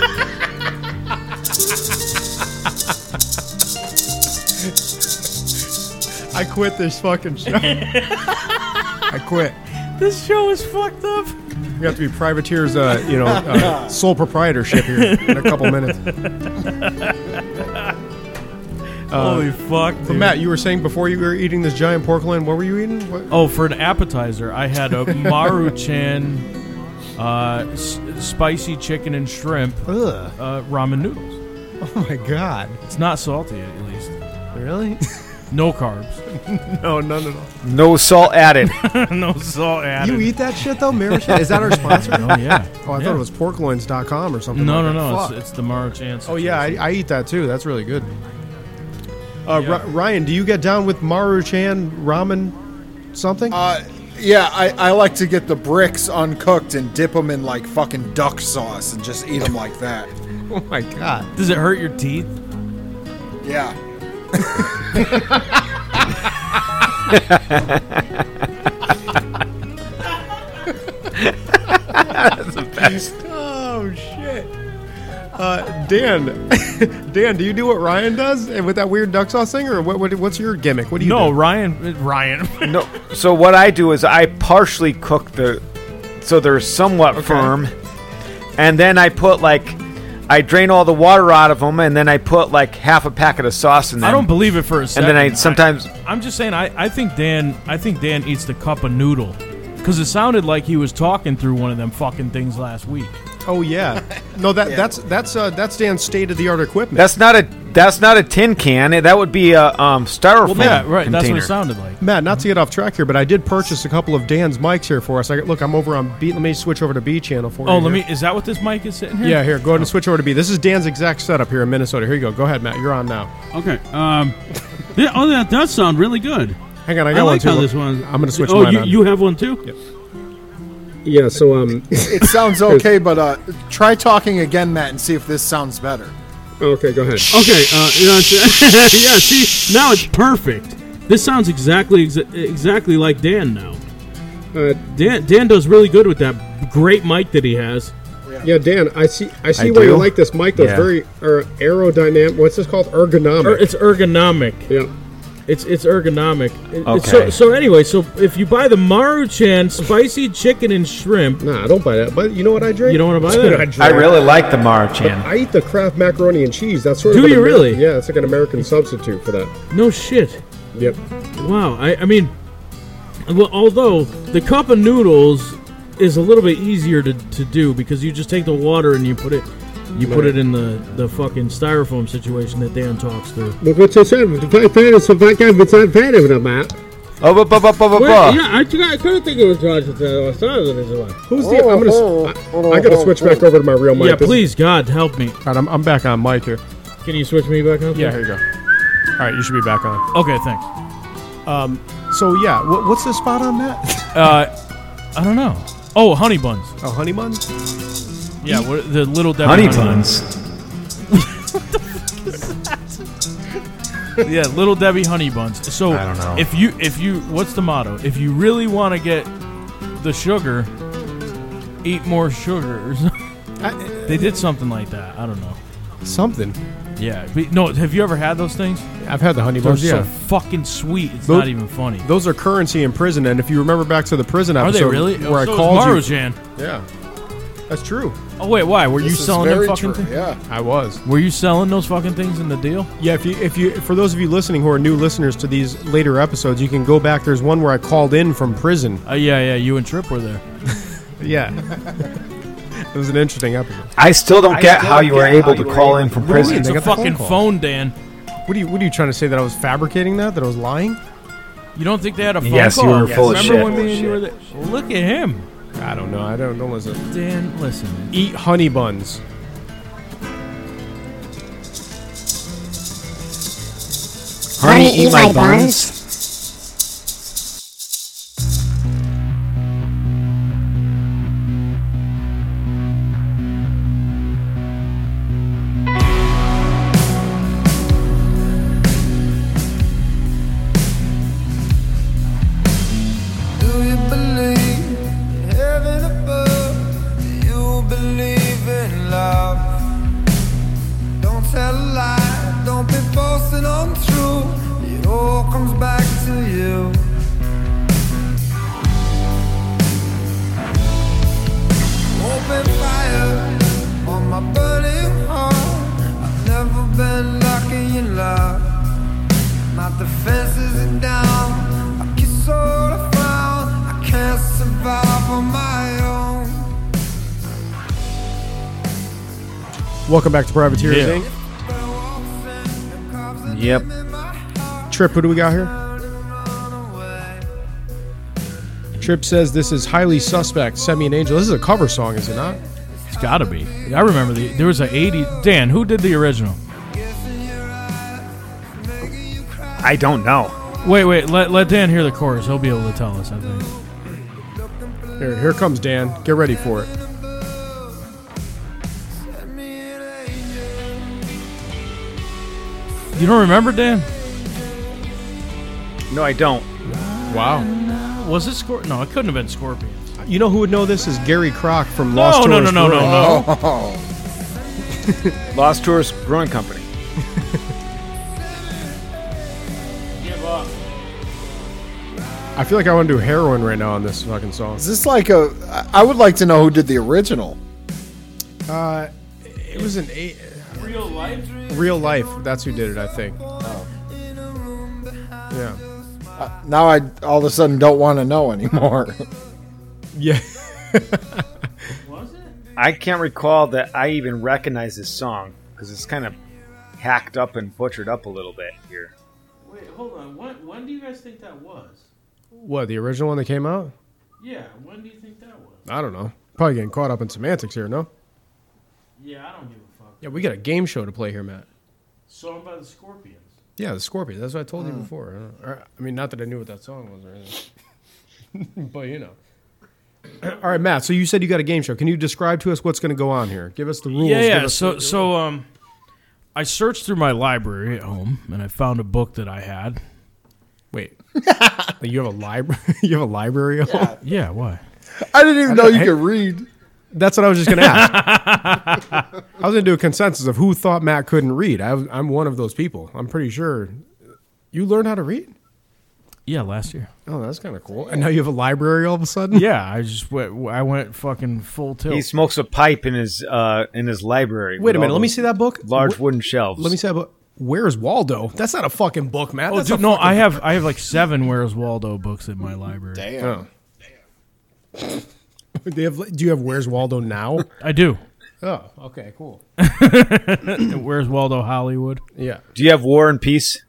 Speaker 2: I quit this fucking show. I quit.
Speaker 1: This show is fucked up.
Speaker 2: We have to be privateers, uh, you know, uh, sole proprietorship here in a couple minutes.
Speaker 1: Holy fuck, dude.
Speaker 2: Matt, you were saying before you were eating this giant pork loin, what were you eating? What?
Speaker 1: Oh, for an appetizer, I had a Maruchan uh, s- spicy chicken and shrimp
Speaker 2: Ugh.
Speaker 1: uh, ramen noodles.
Speaker 2: Oh my god!
Speaker 1: It's not salty, at least.
Speaker 2: Really?
Speaker 1: No carbs.
Speaker 2: no, none at all.
Speaker 4: No salt added.
Speaker 1: no salt added.
Speaker 2: You eat that shit though, Marisha? Is that our sponsor?
Speaker 1: Oh yeah.
Speaker 2: Oh, I
Speaker 1: Yeah.
Speaker 2: thought it was porkloins.com or something.
Speaker 1: No, no,
Speaker 2: like that.
Speaker 1: no.
Speaker 2: Fuck.
Speaker 1: It's, it's the Mara Chance.
Speaker 2: Oh yeah, I,
Speaker 1: situation.
Speaker 2: I eat that too. That's really good. Uh,
Speaker 1: Yeah.
Speaker 2: Ri- Ryan, do you get down with Maruchan ramen something?
Speaker 1: Oh,
Speaker 3: Uh, yeah, I, I like to get the bricks uncooked and dip them in like fucking duck sauce and just eat them like that.
Speaker 2: oh my god!
Speaker 1: Does it hurt your teeth?
Speaker 3: Yeah.
Speaker 2: Oh shit! Uh, Dan, Dan, do you do what Ryan does and with that weird duck sauce thing, or what, what? What's your gimmick? What do you
Speaker 1: No,
Speaker 2: do?
Speaker 1: Ryan. uh, Ryan.
Speaker 4: no, so what I do is I partially cook the, so they're somewhat firm, and then I put like, I drain all the water out of them, and then I put like half a packet of sauce in them.
Speaker 1: I don't believe it for a second.
Speaker 4: then I sometimes-
Speaker 1: I, am just saying. I, I think Dan. I think Dan eats the cup of noodle because it sounded like he was talking through one of them fucking things last week.
Speaker 2: Oh yeah, no that that's that's uh, that's Dan's state of the art equipment.
Speaker 4: That's not a that's not a tin can. That would be a um, styrofoam.
Speaker 1: yeah, right. That's what
Speaker 4: container.
Speaker 1: it sounded like.
Speaker 2: Matt, not to get off track here, but I did purchase a couple of Dan's mics here for us. I, look, I'm over on B. Let me switch over to B channel for you.
Speaker 1: Oh, let
Speaker 2: here.
Speaker 1: me. Is that what this mic is sitting here?
Speaker 2: Yeah, here, go ahead and switch over to B. This is Dan's exact setup here in Minnesota. Here you go. Go ahead, Matt. You're on now.
Speaker 5: Okay. Um, yeah, oh, that does sound really good.
Speaker 2: Hang on, I
Speaker 5: I,
Speaker 2: got one
Speaker 5: like
Speaker 2: too.
Speaker 5: how this one.
Speaker 2: I'm gonna switch
Speaker 5: Oh,
Speaker 2: mine
Speaker 5: you,
Speaker 2: on.
Speaker 5: you have one too.
Speaker 6: Yeah, so um
Speaker 3: It sounds okay, but uh, try talking again, Matt, and see if this sounds better.
Speaker 6: oh, okay, go ahead.
Speaker 5: Okay, uh, you know, it's- yeah. See, now it's perfect. This sounds exactly exa- exactly like Dan now.
Speaker 6: Uh,
Speaker 5: Dan Dan does really good with that great mic that he has.
Speaker 6: yeah, Dan, I see I see
Speaker 7: I
Speaker 6: why you
Speaker 7: do?
Speaker 6: like this mic. That's
Speaker 7: Yeah.
Speaker 6: very er, aerodynamic. What's this called?
Speaker 5: Er,
Speaker 6: Ergonomic.
Speaker 5: it's ergonomic.
Speaker 6: yeah.
Speaker 5: It's it's ergonomic. It- it's- So
Speaker 7: Okay.
Speaker 5: so anyway, so if you buy the Maruchan spicy chicken and shrimp,
Speaker 6: Nah, I don't buy that. But you know what I drink?
Speaker 5: You don't wanna buy
Speaker 6: Dude,
Speaker 5: that?
Speaker 6: I,
Speaker 7: I
Speaker 6: drink-
Speaker 7: really like the Marchan.
Speaker 6: I eat the Kraft macaroni and cheese. That's sort
Speaker 5: Do
Speaker 6: of an
Speaker 5: you really?
Speaker 6: Yeah, it's like an American substitute for that.
Speaker 5: no shit.
Speaker 6: Yep.
Speaker 5: Wow. I I mean, well, although the cup of noodles is a little bit easier to, to do because you just take the water and you put it you put it in the the fucking styrofoam situation that Dan talks through.
Speaker 6: Look what you said. The fact that it's a fact that it's not fair with a map.
Speaker 7: Oh, bu- bu- bu- bu- bu-
Speaker 5: Well,
Speaker 7: bu.
Speaker 5: yeah, I, think- I couldn't think it was Roger Taylor. uh, I thought it was Roger Taylor.
Speaker 6: Who's the? I'm gonna. s- I, I gotta switch back over to my real mic.
Speaker 5: Yeah,
Speaker 6: This-
Speaker 5: please, God, help me.
Speaker 2: All right, I'm, I'm back on mic here.
Speaker 5: Can you switch me back up?
Speaker 2: Yeah, here you go. All right, you should be back on.
Speaker 1: Okay, thanks.
Speaker 2: So yeah, what, what's the spot on that?
Speaker 1: Uh, I don't know. Oh, honey buns.
Speaker 2: A honey bun?
Speaker 1: Yeah, what, the little Debbie
Speaker 7: Honey buns.
Speaker 1: buns. Yeah, little Debbie honey buns. So
Speaker 7: I don't know.
Speaker 1: if you if you what's the motto? If you really want to get the sugar, eat more sugar. or something.
Speaker 2: I,
Speaker 1: they did something like that. I don't know.
Speaker 2: something.
Speaker 1: Yeah, but no. Have you ever had those things?
Speaker 2: I've had the honey
Speaker 1: They're
Speaker 2: buns. Yeah,
Speaker 1: so fucking sweet. It's
Speaker 2: Those-
Speaker 1: not even funny.
Speaker 2: those are currency in prison. And if you remember back to the prison
Speaker 1: Are
Speaker 2: episode,
Speaker 1: they really?
Speaker 2: Where
Speaker 1: oh,
Speaker 2: I
Speaker 1: so is
Speaker 2: called you,
Speaker 1: Maruchan.
Speaker 2: yeah, that's true.
Speaker 1: Oh wait, why were you
Speaker 3: This is
Speaker 1: selling them
Speaker 3: very
Speaker 1: fucking?
Speaker 3: true,
Speaker 1: things?
Speaker 3: Yeah.
Speaker 2: I was.
Speaker 1: Were you selling those fucking things in the deal?
Speaker 2: Yeah, if you if you for those of you listening who are new listeners to these later episodes, you can go back. There's one where I called in from prison.
Speaker 1: Uh, yeah, yeah. You and Trip were there.
Speaker 2: Yeah, it was an interesting episode.
Speaker 7: I still don't get how you were able to
Speaker 6: you were
Speaker 7: call in from
Speaker 2: What do you
Speaker 7: prison.
Speaker 2: mean?
Speaker 1: It's
Speaker 2: They
Speaker 1: a
Speaker 2: got the phone
Speaker 1: fucking
Speaker 2: call.
Speaker 1: phone, Dan.
Speaker 2: What are you what are you trying to say that I was fabricating that that I was lying?
Speaker 1: You don't think they had a phone
Speaker 7: Yes, you
Speaker 1: call?
Speaker 7: were full of
Speaker 1: Oh, Remember
Speaker 7: shit.
Speaker 1: when me and you
Speaker 7: Full
Speaker 1: were
Speaker 7: of
Speaker 1: there? Look at him,
Speaker 2: I don't know. I don't know. Listen,
Speaker 1: Dan. Listen,
Speaker 2: eat honey buns.
Speaker 7: Honey, eat my buns.
Speaker 8: Do you believe in heaven above? Do you believe in love? Don't tell a lie, don't be false and untrue. It all comes back to you. Open fire on my burning heart. I've never been lucky in love. My defenses are down. I get sort of found. I can't survive on my own.
Speaker 2: Welcome back to Privateer
Speaker 1: Yeah.
Speaker 2: Inc.
Speaker 7: Yep.
Speaker 2: Trip, who do we got here? Trip says this is highly suspect. Send me an angel. This is a cover song, is it not?
Speaker 1: it's gotta be. I remember the there was a eighty. Dan, who did the original?
Speaker 4: I don't know.
Speaker 1: Wait, wait. Let, let Dan hear the chorus. He'll be able to tell us. I think.
Speaker 2: Here, here comes Dan. Get ready for it.
Speaker 1: You don't remember Dan?
Speaker 4: No, I don't.
Speaker 2: Wow.
Speaker 1: Was it Scorp? No, it couldn't have been Scorpions.
Speaker 2: You know who would know this is Gary Kroc from
Speaker 1: No,
Speaker 2: Lost
Speaker 1: no, no,
Speaker 2: Tourist
Speaker 1: no, no,
Speaker 2: Brewing.
Speaker 1: no.
Speaker 4: Lost Tourist Brewing Company.
Speaker 2: I feel like I want to do heroin right now on this fucking song.
Speaker 3: Is this like a? I I would like to know who did the original.
Speaker 2: Uh, it was an eight,
Speaker 1: Real life.
Speaker 2: real life. That's who did it, I think. Yeah.
Speaker 3: Now I all of a sudden don't want to know anymore.
Speaker 2: Yeah.
Speaker 4: I can't recall that I even recognize this song because it's kind of hacked up and butchered up a little bit here.
Speaker 5: Wait, hold on. When, when do you guys think that was?
Speaker 2: what the original one that came out?
Speaker 5: Yeah, when do you think that was?
Speaker 2: I don't know. Probably getting caught up in semantics here. No.
Speaker 5: Yeah, I don't give a fuck.
Speaker 2: Yeah, we got a game show to play here, Matt.
Speaker 5: Song by the Scorpions.
Speaker 2: Yeah, the Scorpions. That's what I told you before. I, don't- or- I mean, not that I knew what that song was or anything, but you know. All right, Matt. So you said you got a game show. Can you describe to us what's going to go on here? Give us the rules.
Speaker 1: Yeah,
Speaker 2: give
Speaker 1: yeah.
Speaker 2: us
Speaker 1: So,
Speaker 2: the-
Speaker 1: so um, I searched through my library at home and I found a book that I had.
Speaker 2: wait, you have a library. you have a library. at home?
Speaker 1: Yeah, why?
Speaker 3: I didn't even know you
Speaker 2: hey.
Speaker 3: could read.
Speaker 2: That's what I was just going to ask. I was going to do a consensus of who thought Matt couldn't read. I, was- I'm one of those people. I'm pretty sure you learned how to read.
Speaker 1: Yeah, last year.
Speaker 2: Oh, that's kind of cool. And now you have a library all of a sudden.
Speaker 1: Yeah, I just went. I went fucking full tilt.
Speaker 4: He smokes a pipe in his uh, in his library.
Speaker 2: Wait
Speaker 4: with
Speaker 2: a minute.
Speaker 4: all
Speaker 2: Let me
Speaker 4: those
Speaker 2: see that book.
Speaker 4: Large
Speaker 2: Wh-
Speaker 4: wooden shelves.
Speaker 2: Let me say, but where's Waldo? That's not a fucking book, Matt.
Speaker 1: oh,
Speaker 2: That's
Speaker 1: dude,
Speaker 2: a
Speaker 1: no,
Speaker 2: fucking-
Speaker 1: I have I have like seven Where's Waldo books in my library.
Speaker 2: Oh. They have, do you have Where's Waldo now?
Speaker 1: I do.
Speaker 2: oh, okay, cool.
Speaker 1: Where's Waldo Hollywood?
Speaker 2: Yeah.
Speaker 4: Do you have War and Peace?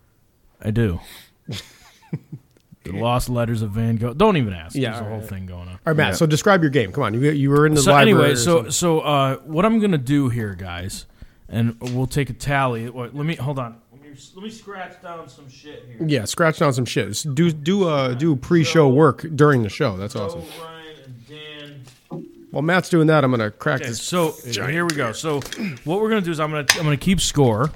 Speaker 1: I do. the Lost Letters of Van Gogh. Don't even ask.
Speaker 2: Yeah,
Speaker 1: There's a
Speaker 2: all
Speaker 1: whole
Speaker 2: right.
Speaker 1: thing going on.
Speaker 2: All right, Matt, so describe your game. Come on. You, you were in the
Speaker 1: So
Speaker 2: library.
Speaker 1: anyway,
Speaker 2: or
Speaker 1: so
Speaker 2: something.
Speaker 1: so uh, what I'm gonna do here, guys, and we'll take a tally. Wait, let me hold on. Let me, let me scratch down some shit here.
Speaker 2: Yeah, scratch down some shit. Just Do do uh do pre-show work during the show. That's awesome.
Speaker 1: So Ryan and Dan.
Speaker 2: While Matt's doing that, I'm gonna crack
Speaker 1: Okay,
Speaker 2: this.
Speaker 1: so here we go. So what we're gonna do is I'm gonna I'm gonna keep score.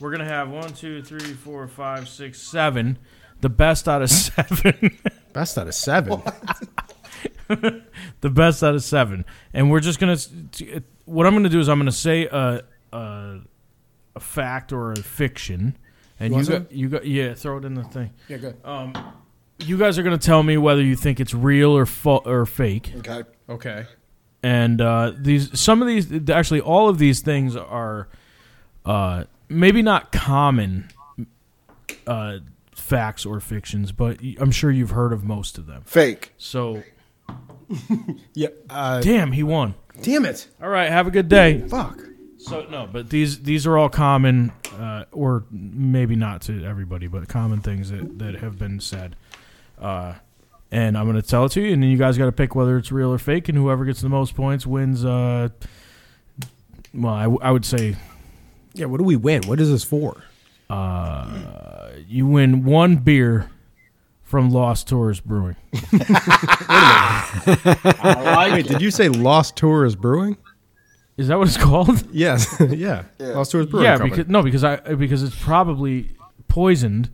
Speaker 1: We're gonna have one, two, three, four, five, six, seven. The best out of seven.
Speaker 2: Best out of seven.
Speaker 1: the best out of seven. And we're just gonna. s- t- What I'm gonna do is I'm gonna say a a, a fact or a fiction, and you
Speaker 2: want
Speaker 1: got,
Speaker 2: some?
Speaker 1: you got yeah, throw it in the thing. Um,
Speaker 2: Yeah, good.
Speaker 1: You guys are gonna tell me whether you think it's real or fa- or fake.
Speaker 3: Okay.
Speaker 2: Okay.
Speaker 1: And uh, these some of these actually all of these things are uh, maybe not common uh, facts or fictions, but y- I'm sure you've heard of most of them.
Speaker 3: Fake.
Speaker 1: So
Speaker 2: Yeah. Uh,
Speaker 1: damn, he won.
Speaker 2: damn it.
Speaker 1: All right, have a good day.
Speaker 2: Fuck.
Speaker 1: So no, but these these are all common, uh, or maybe not to everybody, but common things that, that have been said. Uh, and I'm gonna tell it to you, and then you guys got to pick whether it's real or fake, and whoever gets the most points wins. Uh, well, I, w- I would say
Speaker 2: Yeah. What do we win? What is this for?
Speaker 1: you win one beer from Lost Tourist Brewing.
Speaker 2: Wait, did you say Lost Tours Brewing?
Speaker 1: Is that what it's called?
Speaker 2: Yes. yeah. Lost Tours Brewing.
Speaker 1: yeah,
Speaker 2: Company.
Speaker 1: because no, because I because it's probably poisoned.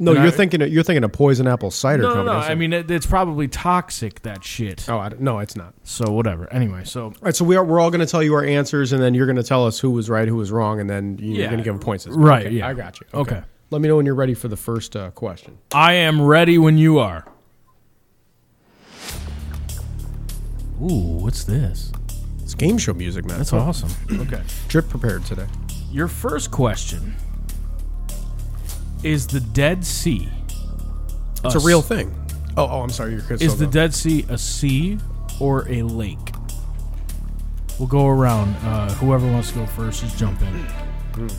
Speaker 2: No,
Speaker 1: And
Speaker 2: you're
Speaker 1: I-
Speaker 2: thinking of, you're thinking of poison apple cider.
Speaker 1: No, no,
Speaker 2: company.
Speaker 1: no.
Speaker 2: That's
Speaker 1: I
Speaker 2: it.
Speaker 1: mean, it, it's probably toxic. That shit.
Speaker 2: oh, I don't- no, it's not.
Speaker 1: So whatever. Anyway, so
Speaker 2: All right, so we are we're all going to tell you our answers, and then you're going to tell us who was right, who was wrong, and then you're
Speaker 1: Yeah.
Speaker 2: going to give them points. system.
Speaker 1: Right,
Speaker 2: Okay,
Speaker 1: yeah.
Speaker 2: I got you.
Speaker 1: Okay.
Speaker 2: let me know when you're ready for the first uh, question.
Speaker 1: I am ready when you are. Ooh, what's this?
Speaker 2: It's game show music, man.
Speaker 1: That's awesome. Okay.
Speaker 2: Drip prepared today.
Speaker 1: Oh. Your first question is the Dead Sea.
Speaker 2: It's a real thing. Oh, oh, I'm sorry. Your kids
Speaker 1: Is the Dead Sea a sea or a lake? We'll go around. Uh, whoever wants to go first, just jump in.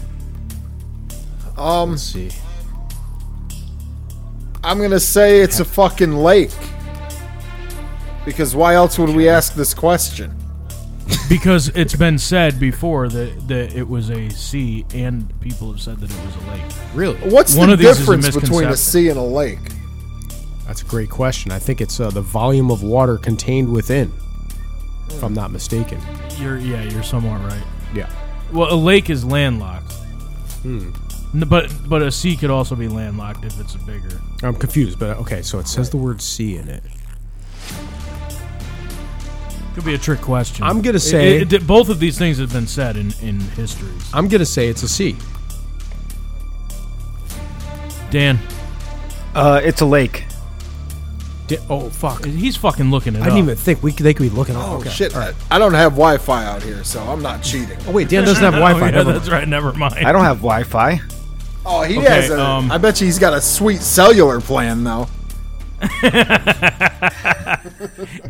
Speaker 3: Um,
Speaker 2: sea?
Speaker 3: I'm gonna say it's a fucking lake. Because why else would we ask this question?
Speaker 1: Because it's been said before that, that it was a sea, and people have said that it was a lake.
Speaker 2: Really?
Speaker 3: What's
Speaker 1: One
Speaker 3: the
Speaker 1: of these is a
Speaker 3: difference between a
Speaker 1: misconception.
Speaker 3: sea and a lake?
Speaker 2: That's a great question. I think it's uh, the volume of water contained within, if I'm not mistaken.
Speaker 1: You're yeah, you're somewhat right.
Speaker 2: Yeah.
Speaker 1: Well, a lake is landlocked.
Speaker 2: Hmm.
Speaker 1: N- But but a sea could also be landlocked if it's a bigger.
Speaker 2: I'm confused, but okay. So it says the word sea in it.
Speaker 1: Could be a trick question.
Speaker 2: I'm gonna
Speaker 1: It-
Speaker 2: say-
Speaker 1: it- it- both of these things have been said in in histories.
Speaker 2: I'm going to say it's a sea.
Speaker 1: Dan,
Speaker 4: Uh, it's a lake.
Speaker 2: Di- oh, fuck.
Speaker 1: he's fucking looking it
Speaker 2: I didn't
Speaker 1: up.
Speaker 2: even think we could, they could be looking.
Speaker 3: Oh
Speaker 2: okay.
Speaker 3: shit! I don't have Wi-Fi out here, so I'm not cheating.
Speaker 2: Oh wait, Dan doesn't have
Speaker 1: Oh,
Speaker 2: Wi-Fi.
Speaker 1: yeah,
Speaker 2: Never
Speaker 1: that's
Speaker 2: mind.
Speaker 1: right. Never mind.
Speaker 4: I don't have Wi-Fi.
Speaker 3: Oh, he
Speaker 1: Okay,
Speaker 3: has a. I
Speaker 1: um,
Speaker 3: bet you he's got a sweet cellular plan though.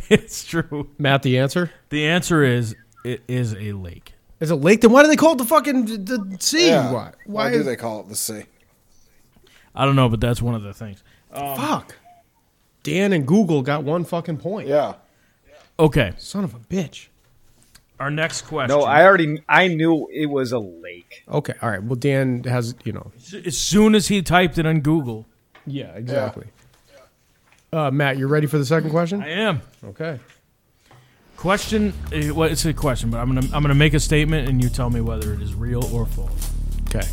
Speaker 1: it's true.
Speaker 2: Matt, the answer
Speaker 1: The answer is it is a lake.
Speaker 2: is a lake. Then why do they call it the fucking d- the sea?
Speaker 3: Yeah.
Speaker 2: Why?
Speaker 3: Why,
Speaker 2: Why,
Speaker 3: do
Speaker 2: is,
Speaker 3: they call it the sea?
Speaker 1: I don't know, but that's one of the things.
Speaker 2: Fuck. Dan and Google got one fucking point.
Speaker 3: Yeah.
Speaker 1: Okay,
Speaker 2: Son of a bitch.
Speaker 1: Our next question.
Speaker 4: No, I already I knew it was a lake.
Speaker 2: Okay, all right. Well, Dan has you know.
Speaker 1: as soon as he typed it on Google,
Speaker 2: Yeah, exactly. Uh, Matt, you're ready for the second question?
Speaker 1: I am.
Speaker 2: Okay.
Speaker 1: Question. eh, Well, it's a question, but I'm gonna I'm gonna make a statement, and you tell me whether it is real or false.
Speaker 2: Okay.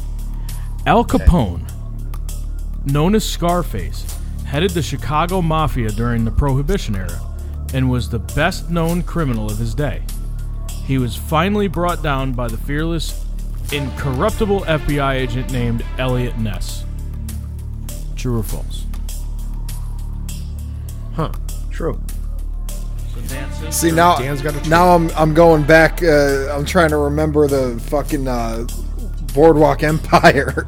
Speaker 1: Al Capone, known as Scarface, headed the Chicago Mafia during the Prohibition era and was the best known criminal of his day. He was finally brought down by the fearless, incorruptible FBI agent named Elliot Ness. True or false?
Speaker 4: True.
Speaker 3: See now,
Speaker 2: Dan's got a-
Speaker 3: now I'm I'm going back. Uh, I'm trying to remember the fucking uh, Boardwalk Empire.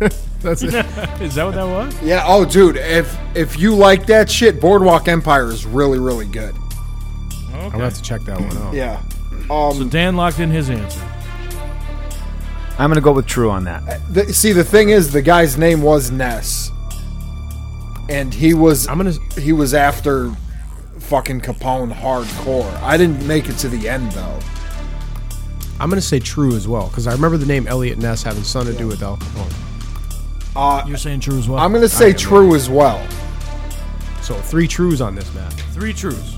Speaker 2: That's it.
Speaker 1: Is that what that was?
Speaker 3: yeah. Oh, dude, if if you like that shit, Boardwalk Empire is really really good.
Speaker 2: I'm gonna have to check that one out.
Speaker 3: Yeah. Um.
Speaker 1: So Dan locked in his answer.
Speaker 4: I'm gonna go with true on that.
Speaker 3: the, see, the thing is, the guy's name was Ness, and he was
Speaker 2: I'm gonna.
Speaker 3: he was after fucking Capone hardcore. I didn't make it to the end though.
Speaker 2: I'm gonna say true as well because I remember the name Elliot Ness having something to do with Al Capone.
Speaker 1: You're saying true as well.
Speaker 3: Uh, I'm gonna say true as well.
Speaker 2: So three trues on this, Matt.
Speaker 1: Three truths.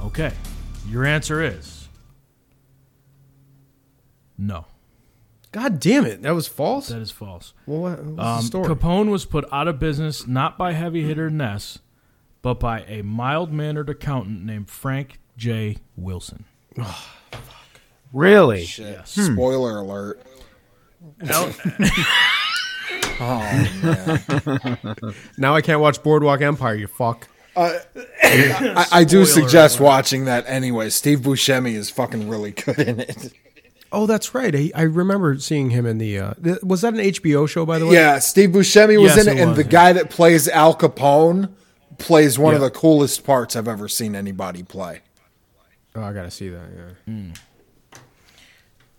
Speaker 1: Okay. Your answer is no.
Speaker 2: God damn it, that was false.
Speaker 1: That is false.
Speaker 2: well, what, what's the
Speaker 1: Um,
Speaker 2: story?
Speaker 1: Capone was put out of business not by heavy hitter Ness, but by a mild mannered accountant named Frank J. Wilson.
Speaker 4: Really?
Speaker 2: Hmm.
Speaker 3: Spoiler alert.
Speaker 2: now I can't watch Boardwalk Empire. You fuck.
Speaker 3: I, I do suggest watching that anyway. Steve Buscemi is fucking really good in it.
Speaker 2: Oh, that's right. I, I remember seeing him in the. Uh, th- was that an HBO show, by the way?
Speaker 3: Yeah, Steve Buscemi was
Speaker 1: Yes,
Speaker 3: in it,
Speaker 1: it
Speaker 3: and
Speaker 1: was,
Speaker 3: the
Speaker 1: yeah.
Speaker 3: guy that plays Al Capone plays one of the coolest parts I've ever seen anybody play.
Speaker 2: Oh, I gotta see that. Yeah.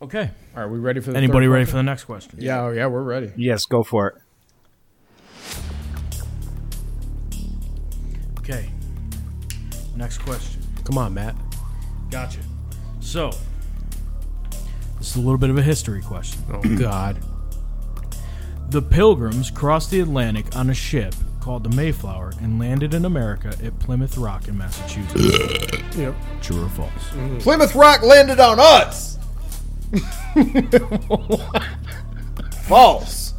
Speaker 1: Okay.
Speaker 2: All right, we ready for the
Speaker 1: Anybody
Speaker 2: third
Speaker 1: ready
Speaker 2: question?
Speaker 1: for the next question?
Speaker 2: Yeah, oh, yeah, we're ready.
Speaker 4: Yes, go for it.
Speaker 1: Okay. Next question.
Speaker 2: Come on, Matt.
Speaker 1: Gotcha. So, this is a little bit of a history question.
Speaker 2: Oh God.
Speaker 1: The Pilgrims crossed the Atlantic on a ship called the Mayflower and landed in America at Plymouth Rock in Massachusetts.
Speaker 2: Yep. Mm-hmm.
Speaker 1: True or false?
Speaker 3: Plymouth Rock landed on us. False.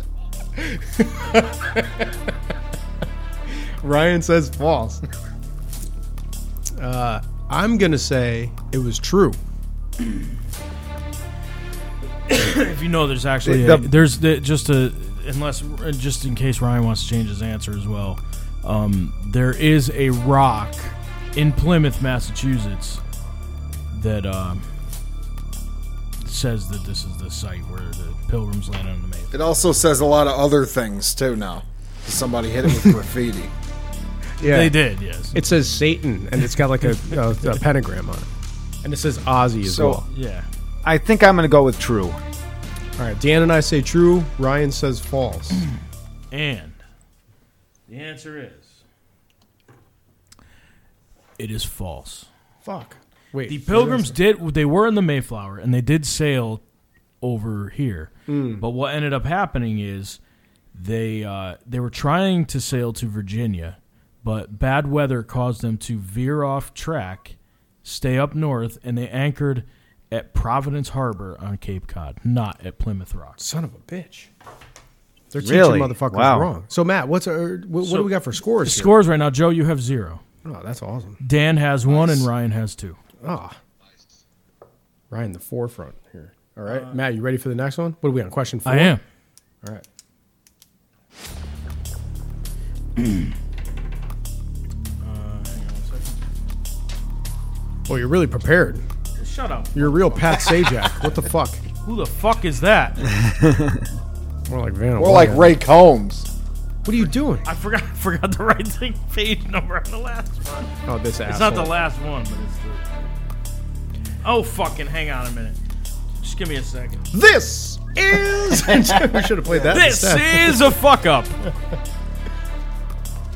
Speaker 2: Ryan says false. uh, I'm gonna say it was true.
Speaker 1: If you know, there's actually
Speaker 4: The-
Speaker 1: a, there's the, just a unless just in case Ryan wants to change his answer as well. Um, there is a rock in Plymouth, Massachusetts, that um, says that this is the site where the Pilgrims landed on the Mayflower.
Speaker 3: It also says a lot of other things too now. Somebody hit it with graffiti.
Speaker 2: Yeah.
Speaker 1: They did, yes.
Speaker 2: It says Satan, and it's got like a, a, a pentagram on it, and it says Ozzy as
Speaker 4: So-
Speaker 2: well.
Speaker 1: yeah.
Speaker 4: I think I'm gonna go with true.
Speaker 2: All right, Dan and I say true. Ryan says false.
Speaker 1: And the answer is it is false.
Speaker 2: Fuck. Wait.
Speaker 1: The Pilgrims did they were in the Mayflower and they did sail over here. But what ended up happening is they uh, they were trying to sail to Virginia, but bad weather caused them to veer off track, stay up north, and they anchored at Providence Harbor on Cape Cod, not at Plymouth Rock.
Speaker 2: Son of a bitch. They're
Speaker 4: Really?
Speaker 2: teaching motherfuckers
Speaker 4: Wow.
Speaker 2: wrong. So Matt, what's our, what, what do we got for scores?
Speaker 1: The
Speaker 2: here?
Speaker 1: scores right now, Joe, you have zero.
Speaker 2: Oh, that's awesome.
Speaker 1: Dan has one and Ryan has two.
Speaker 2: Ah. Ryan, the forefront here. All right, Matt, you ready for the next one? What are we on? Question four.
Speaker 1: Uh, I am.
Speaker 2: All right.
Speaker 3: Uh,
Speaker 2: Oh, you're really prepared.
Speaker 1: Shut up.
Speaker 2: You're a real Pat Sajak. what the fuck?
Speaker 1: Who the fuck is that?
Speaker 2: More like Van.
Speaker 3: More like Ray Combs.
Speaker 2: What are you doing?
Speaker 1: I forgot forgot the right thing page number on the last one.
Speaker 2: Oh,
Speaker 1: It's
Speaker 2: this asshole.
Speaker 1: not the last one, but it's the. Oh fucking! Hang on a minute. Just give me a second.
Speaker 2: This is. we should have played that.
Speaker 1: This
Speaker 2: instead.
Speaker 1: is a fuck up.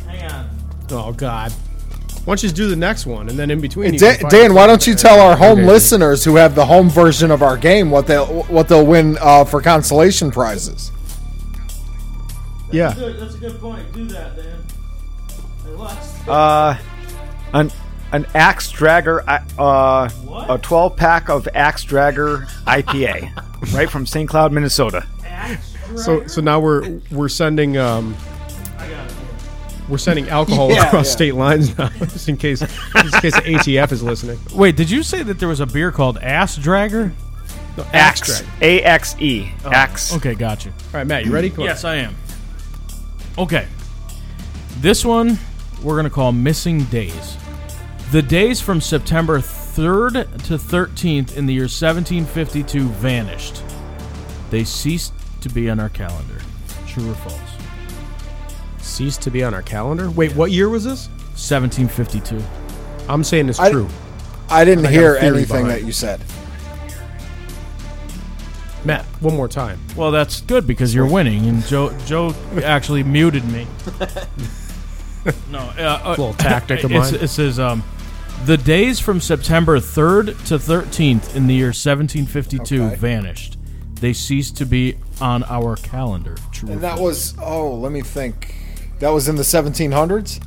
Speaker 1: hang on.
Speaker 2: Oh God. Why don't you just do the next one, and then in between, you
Speaker 3: Dan,
Speaker 2: can find-
Speaker 3: Dan, why don't you tell our home
Speaker 2: Okay.
Speaker 3: listeners who have the home version of our game what they will what they'll win uh, for consolation prizes?
Speaker 2: Yeah,
Speaker 5: That's a good point. Do that, Dan.
Speaker 4: Uh, an an axe dragger, uh, a twelve pack of axe dragger IPA, right from St. Cloud, Minnesota.
Speaker 2: so so now we're we're sending um, we're sending alcohol across state lines now, just in case just in case the ATF is listening.
Speaker 1: Wait, did you say that there was a beer called Ass Dragger?
Speaker 2: No,
Speaker 4: Axe,
Speaker 2: All
Speaker 4: A X E, axe.
Speaker 1: Okay, gotcha.
Speaker 2: right, Matt, you ready? Come on.
Speaker 1: Yes, I am. Okay. This one we're going to call Missing Days. The days from September 3rd to 13th in the year 1752 vanished. They ceased to be on our calendar. True or false?
Speaker 2: Cease to be on our calendar. Wait, what year was this?
Speaker 1: 1752.
Speaker 2: I'm saying it's
Speaker 3: I-
Speaker 2: true.
Speaker 3: I didn't
Speaker 2: I got a
Speaker 3: hear
Speaker 2: theory
Speaker 3: anything
Speaker 2: behind
Speaker 3: that
Speaker 2: it.
Speaker 3: you said.
Speaker 2: Matt, one more time.
Speaker 1: Well, that's good because you're winning, and Joe Joe actually muted me. no, uh, uh,
Speaker 2: Little tactic of
Speaker 1: it's-
Speaker 2: mine.
Speaker 1: It says um, the days from September 3rd to 13th in the year 1752
Speaker 3: Okay.
Speaker 1: vanished. They ceased to be on our calendar. True.
Speaker 3: And that was oh, let me think. That was in the 1700s.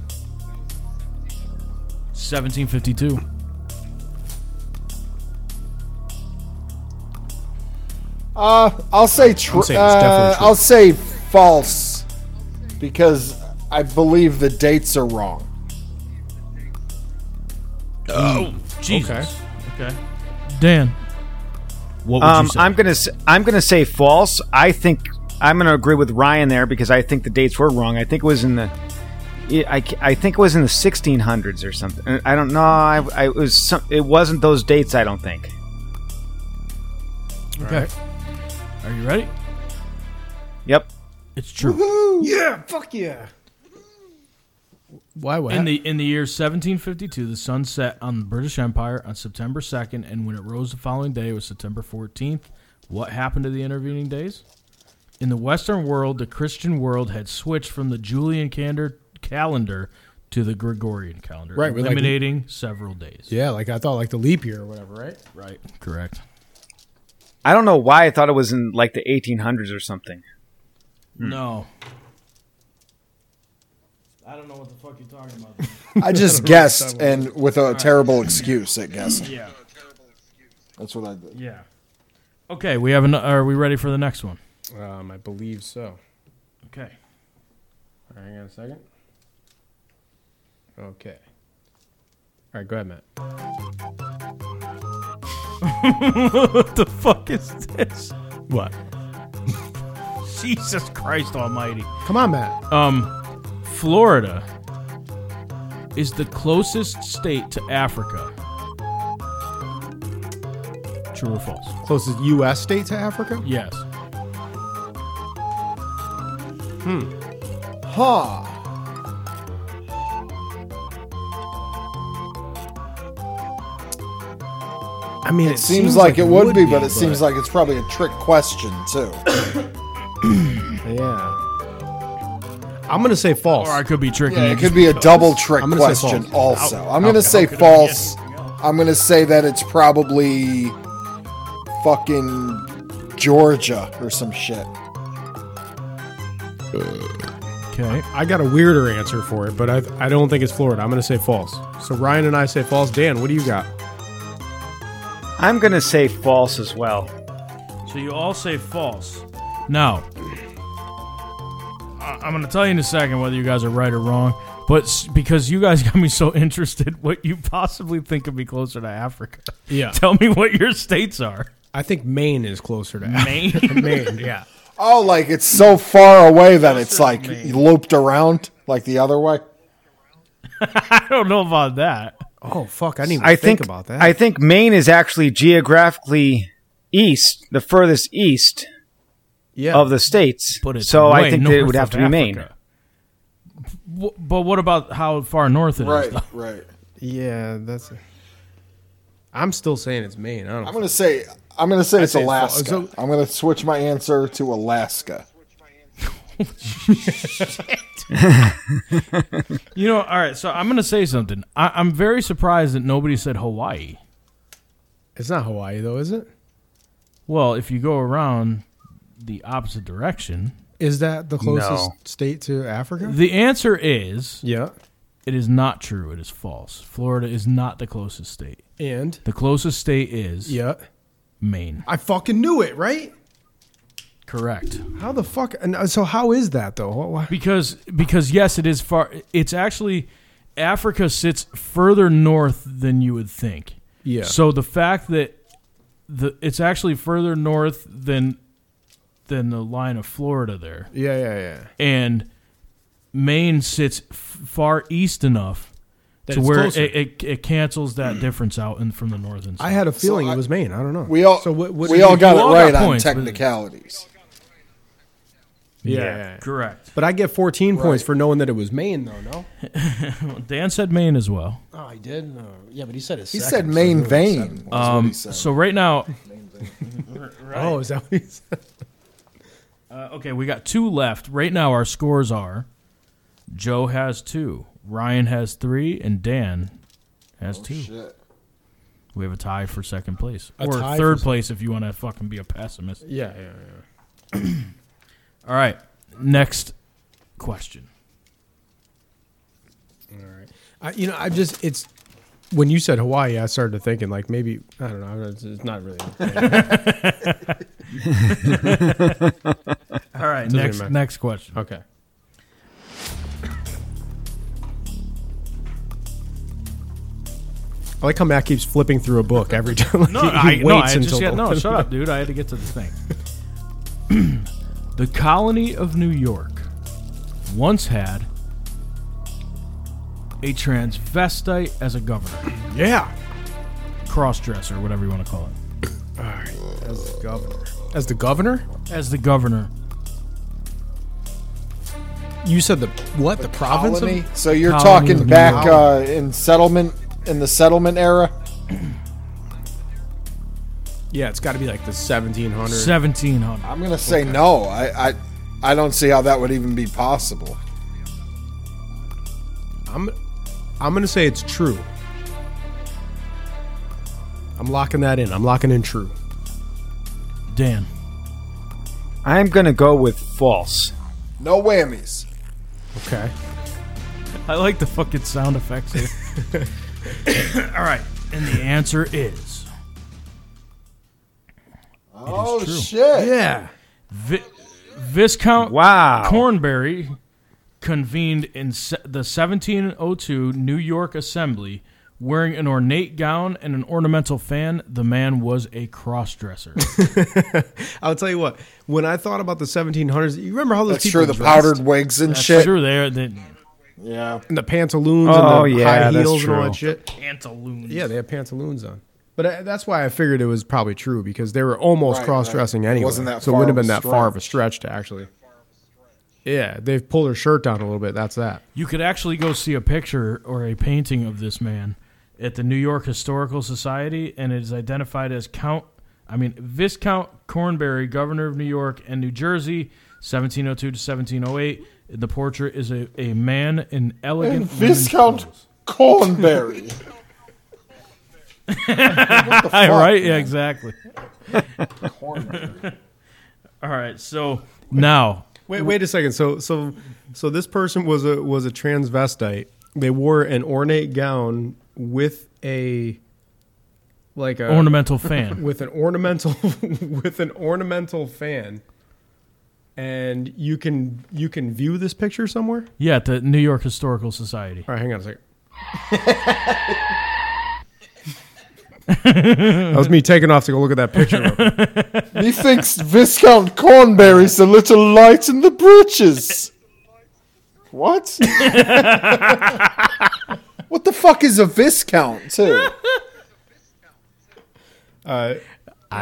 Speaker 1: 1752.
Speaker 3: Uh, I'll say true.
Speaker 2: saying it's definitely
Speaker 3: Uh,
Speaker 2: true.
Speaker 3: I'll say false because I believe the dates are wrong.
Speaker 1: Jesus. Okay. Dan. What would
Speaker 4: Um,
Speaker 1: you say?
Speaker 4: I'm gonna s- I'm gonna say false. I think I'm gonna agree with Ryan there because I think the dates were wrong. I think it was in the I, ca- I think it was in the 1600s or something. Uh, I don't know. I, I it was some, it wasn't those dates. I don't think.
Speaker 2: Okay.
Speaker 1: Are you ready?
Speaker 4: Yep.
Speaker 1: It's true.
Speaker 2: Yeah, fuck yeah. Why? What?
Speaker 1: In the in the year 1752, the sun set on the British Empire on September 2nd, and when it rose the following day, it was September 14th. What happened to the intervening days? In the Western world, the Christian world had switched from the Julian calendar calendar to the Gregorian calendar,
Speaker 2: Right, with, like,
Speaker 1: eliminating several days.
Speaker 2: yeah, like I thought, like the leap year or whatever, right?
Speaker 1: Right, correct.
Speaker 4: I don't know why I thought it was in like the 1800s or something.
Speaker 2: Hmm.
Speaker 1: No. I don't know what the fuck you're talking about.
Speaker 3: I just guessed, and with a terrible excuse at guessing.
Speaker 1: yeah.
Speaker 3: That's what I did.
Speaker 1: Yeah. Okay, we have an, are we ready for the next one?
Speaker 2: Um, I believe so.
Speaker 1: Okay.
Speaker 2: Hang on a second. Okay. All right, go ahead, Matt.
Speaker 1: what the fuck is this?
Speaker 2: What?
Speaker 1: Jesus Christ Almighty.
Speaker 2: Come on, Matt.
Speaker 1: Um, Florida is the closest state to Africa. True or false?
Speaker 2: Closest U.S. state to Africa?
Speaker 1: Yes.
Speaker 3: Huh.
Speaker 2: I mean, it,
Speaker 3: Seems, like, it would be, but it seems like it's probably a trick question too.
Speaker 2: yeah. I'm gonna say false.
Speaker 1: Or I could be tricky.
Speaker 3: Yeah, it could be a double trick
Speaker 2: I'm gonna say
Speaker 3: question.
Speaker 2: false.
Speaker 3: Also,
Speaker 2: How-
Speaker 3: I'm going to
Speaker 2: how-
Speaker 3: say
Speaker 2: how could I
Speaker 3: false. I'm going to say that it's probably fucking Georgia or some shit.
Speaker 1: Okay.
Speaker 2: I got a weirder answer for it, but I, I don't think it's Florida. I'm gonna say false. So Ryan and I say false. Dan, what do you got?
Speaker 4: I'm gonna say false as well.
Speaker 1: So you all say false. Now, I- I'm going to tell you in a second whether you guys are right or wrong, but s- because you guys got me so interested, what you possibly think could be closer to Africa.
Speaker 2: Yeah.
Speaker 1: Tell me what your states are.
Speaker 2: I think Maine is closer to Maine.
Speaker 1: Maine?
Speaker 2: Maine, yeah.
Speaker 3: Oh, like it's so far away that it's like looped around like the other way.
Speaker 1: I don't know about that.
Speaker 2: Oh fuck, I didn't even
Speaker 4: I
Speaker 2: think,
Speaker 4: think
Speaker 2: about that.
Speaker 4: I think Maine is actually geographically east, the furthest east
Speaker 2: yeah.
Speaker 4: of the states.
Speaker 1: But it's
Speaker 4: so I
Speaker 1: way
Speaker 4: think that it
Speaker 1: north
Speaker 4: would have
Speaker 1: of
Speaker 4: to be Maine.
Speaker 1: Africa. W- but what about how far north it is?
Speaker 3: Right, right.
Speaker 2: yeah, that's. i I'm still saying it's Maine. I don't.
Speaker 3: I'm going to say I'm going to say it's
Speaker 2: say false.
Speaker 3: Alaska.
Speaker 2: So-
Speaker 3: I'm going to switch my answer to Alaska.
Speaker 1: You know, all right. So I'm gonna say something. I, I'm very surprised that nobody said Hawaii.
Speaker 2: It's not Hawaii though, is it?
Speaker 1: Well, if you go around the opposite direction,
Speaker 2: Is that the closest
Speaker 7: No.
Speaker 2: state to Africa?
Speaker 1: the answer is
Speaker 2: yeah.
Speaker 1: it is not true. It is false. Florida is not the closest state.
Speaker 2: And
Speaker 1: The closest state is
Speaker 2: yeah.
Speaker 1: Maine.
Speaker 2: I fucking knew it, right?
Speaker 1: Correct.
Speaker 2: How the fuck? And uh, so how is that though? Wha- wha-
Speaker 1: Because because yes, it is far. It's actually Africa sits further north than you would think.
Speaker 2: Yeah.
Speaker 1: So the fact that the it's actually further north than than the line of Florida there,
Speaker 2: Yeah, yeah, yeah.
Speaker 1: and Maine sits f- far east enough
Speaker 2: That
Speaker 1: to
Speaker 2: it's
Speaker 1: where it,
Speaker 2: closer.
Speaker 1: it, it cancels that difference out in, from the north and south.
Speaker 2: I had a feeling
Speaker 3: I-
Speaker 2: it was Maine. I don't know.
Speaker 3: We all
Speaker 2: So what? what
Speaker 3: we all got
Speaker 1: you all
Speaker 3: it
Speaker 1: got
Speaker 3: right on
Speaker 1: points, but-
Speaker 3: technicalities.
Speaker 2: Yeah, yeah, yeah.
Speaker 1: correct.
Speaker 2: But I get 14 points for knowing that it was Maine, though. No.
Speaker 1: Well, Dan said Maine as well.
Speaker 2: Oh, I did. No. Yeah, but he said it.
Speaker 3: He said main vein. was what he
Speaker 1: Um,
Speaker 3: said.
Speaker 1: so right now,
Speaker 2: Oh, is that what he said?
Speaker 1: Uh, okay, we got two left. Right now, our scores are Joe has two, Ryan has three, and Dan has two.
Speaker 3: Shit.
Speaker 1: We have a tie for second place.
Speaker 2: A
Speaker 1: or
Speaker 2: tie
Speaker 1: third
Speaker 2: for-
Speaker 1: place if you want to fucking be a pessimist.
Speaker 2: Yeah, yeah, yeah.
Speaker 1: All right, next question.
Speaker 2: I, you know, I just it's when you said Hawaii, I started thinking like maybe I don't know. I don't- It's, it's not really.
Speaker 1: All right,
Speaker 2: Doesn't
Speaker 1: next
Speaker 2: matter.
Speaker 1: next question.
Speaker 2: okay. I like how Matt keeps flipping through a book every time. Like,
Speaker 1: No,
Speaker 2: he,
Speaker 1: I,
Speaker 2: he
Speaker 1: no,
Speaker 2: waits
Speaker 1: I just
Speaker 2: until
Speaker 1: got,
Speaker 2: the-
Speaker 1: no, shut up, dude. I had to get to the thing. the colony of New York once had a transvestite as a governor.
Speaker 2: Yeah,
Speaker 1: crossdresser, whatever you want to call it,
Speaker 2: as the governor. As the governor,
Speaker 1: as the governor.
Speaker 2: you said the what? The, province?
Speaker 3: Colony?
Speaker 2: Of,
Speaker 3: So you're
Speaker 1: Colony of New
Speaker 3: talking back uh, in settlement in the settlement era.
Speaker 2: yeah, it's got to be like the 1700s.
Speaker 1: 1700.
Speaker 3: I'm gonna say no. I, I I don't see how that would even be possible.
Speaker 2: I'm I'm gonna say it's true. I'm locking that in. I'm locking in true.
Speaker 1: Dan.
Speaker 4: I'm gonna go with false.
Speaker 3: No whammies.
Speaker 2: Okay.
Speaker 1: I like the fucking sound effects here. All right. And the answer is
Speaker 3: Oh
Speaker 1: true.
Speaker 3: shit!
Speaker 2: Yeah.
Speaker 1: Vi- Viscount
Speaker 4: Wow.
Speaker 1: Cornbury convened in se- the 1702 New York Assembly wearing an ornate gown and an ornamental fan. The man was a crossdresser.
Speaker 2: I'll tell you what. When I thought about the 1700s, you remember how those
Speaker 3: That's
Speaker 2: people
Speaker 3: true. The
Speaker 2: dressed?
Speaker 3: powdered wigs and
Speaker 1: That's
Speaker 3: shit.
Speaker 1: true. There, the
Speaker 3: Yeah.
Speaker 2: and the pantaloons
Speaker 4: Oh,
Speaker 2: and the
Speaker 4: yeah,
Speaker 2: high
Speaker 4: that's
Speaker 2: heels and all
Speaker 4: true.
Speaker 2: that shit.
Speaker 1: pantaloons.
Speaker 2: Yeah, they had pantaloons on. But I, that's why I figured it was probably true because they were almost
Speaker 3: Right,
Speaker 2: cross-dressing
Speaker 3: right. It
Speaker 2: anyway.
Speaker 3: wasn't that
Speaker 2: so it
Speaker 3: far
Speaker 2: wouldn't have
Speaker 3: of
Speaker 2: been
Speaker 3: a
Speaker 2: that far of a stretch to actually. Yeah, they've pulled her shirt down a little bit. That's that.
Speaker 1: You could actually go see a picture or a painting of this man at the New York Historical Society, and it is identified as Count, I mean, Viscount Cornbury, governor of New York and New Jersey, 1702 to 1708. The portrait is a, a man in elegant.
Speaker 3: And
Speaker 1: women's
Speaker 3: Viscount
Speaker 1: clothes.
Speaker 3: Cornberry.
Speaker 1: All right, yeah, exactly. All right, so now,
Speaker 2: Wait, wait a second. So, so, so this person was a was a transvestite. They wore an ornate gown with a like a
Speaker 1: ornamental fan.
Speaker 2: with an ornamental with an ornamental fan. And you can you can view this picture somewhere.
Speaker 1: Yeah, at the New York Historical Society.
Speaker 2: All right, hang on a second. that was me taking off to go look at that picture. real quick.
Speaker 3: Methinks Viscount Cornberry's a little light in the breeches. What? what the fuck is a Viscount, too?
Speaker 1: I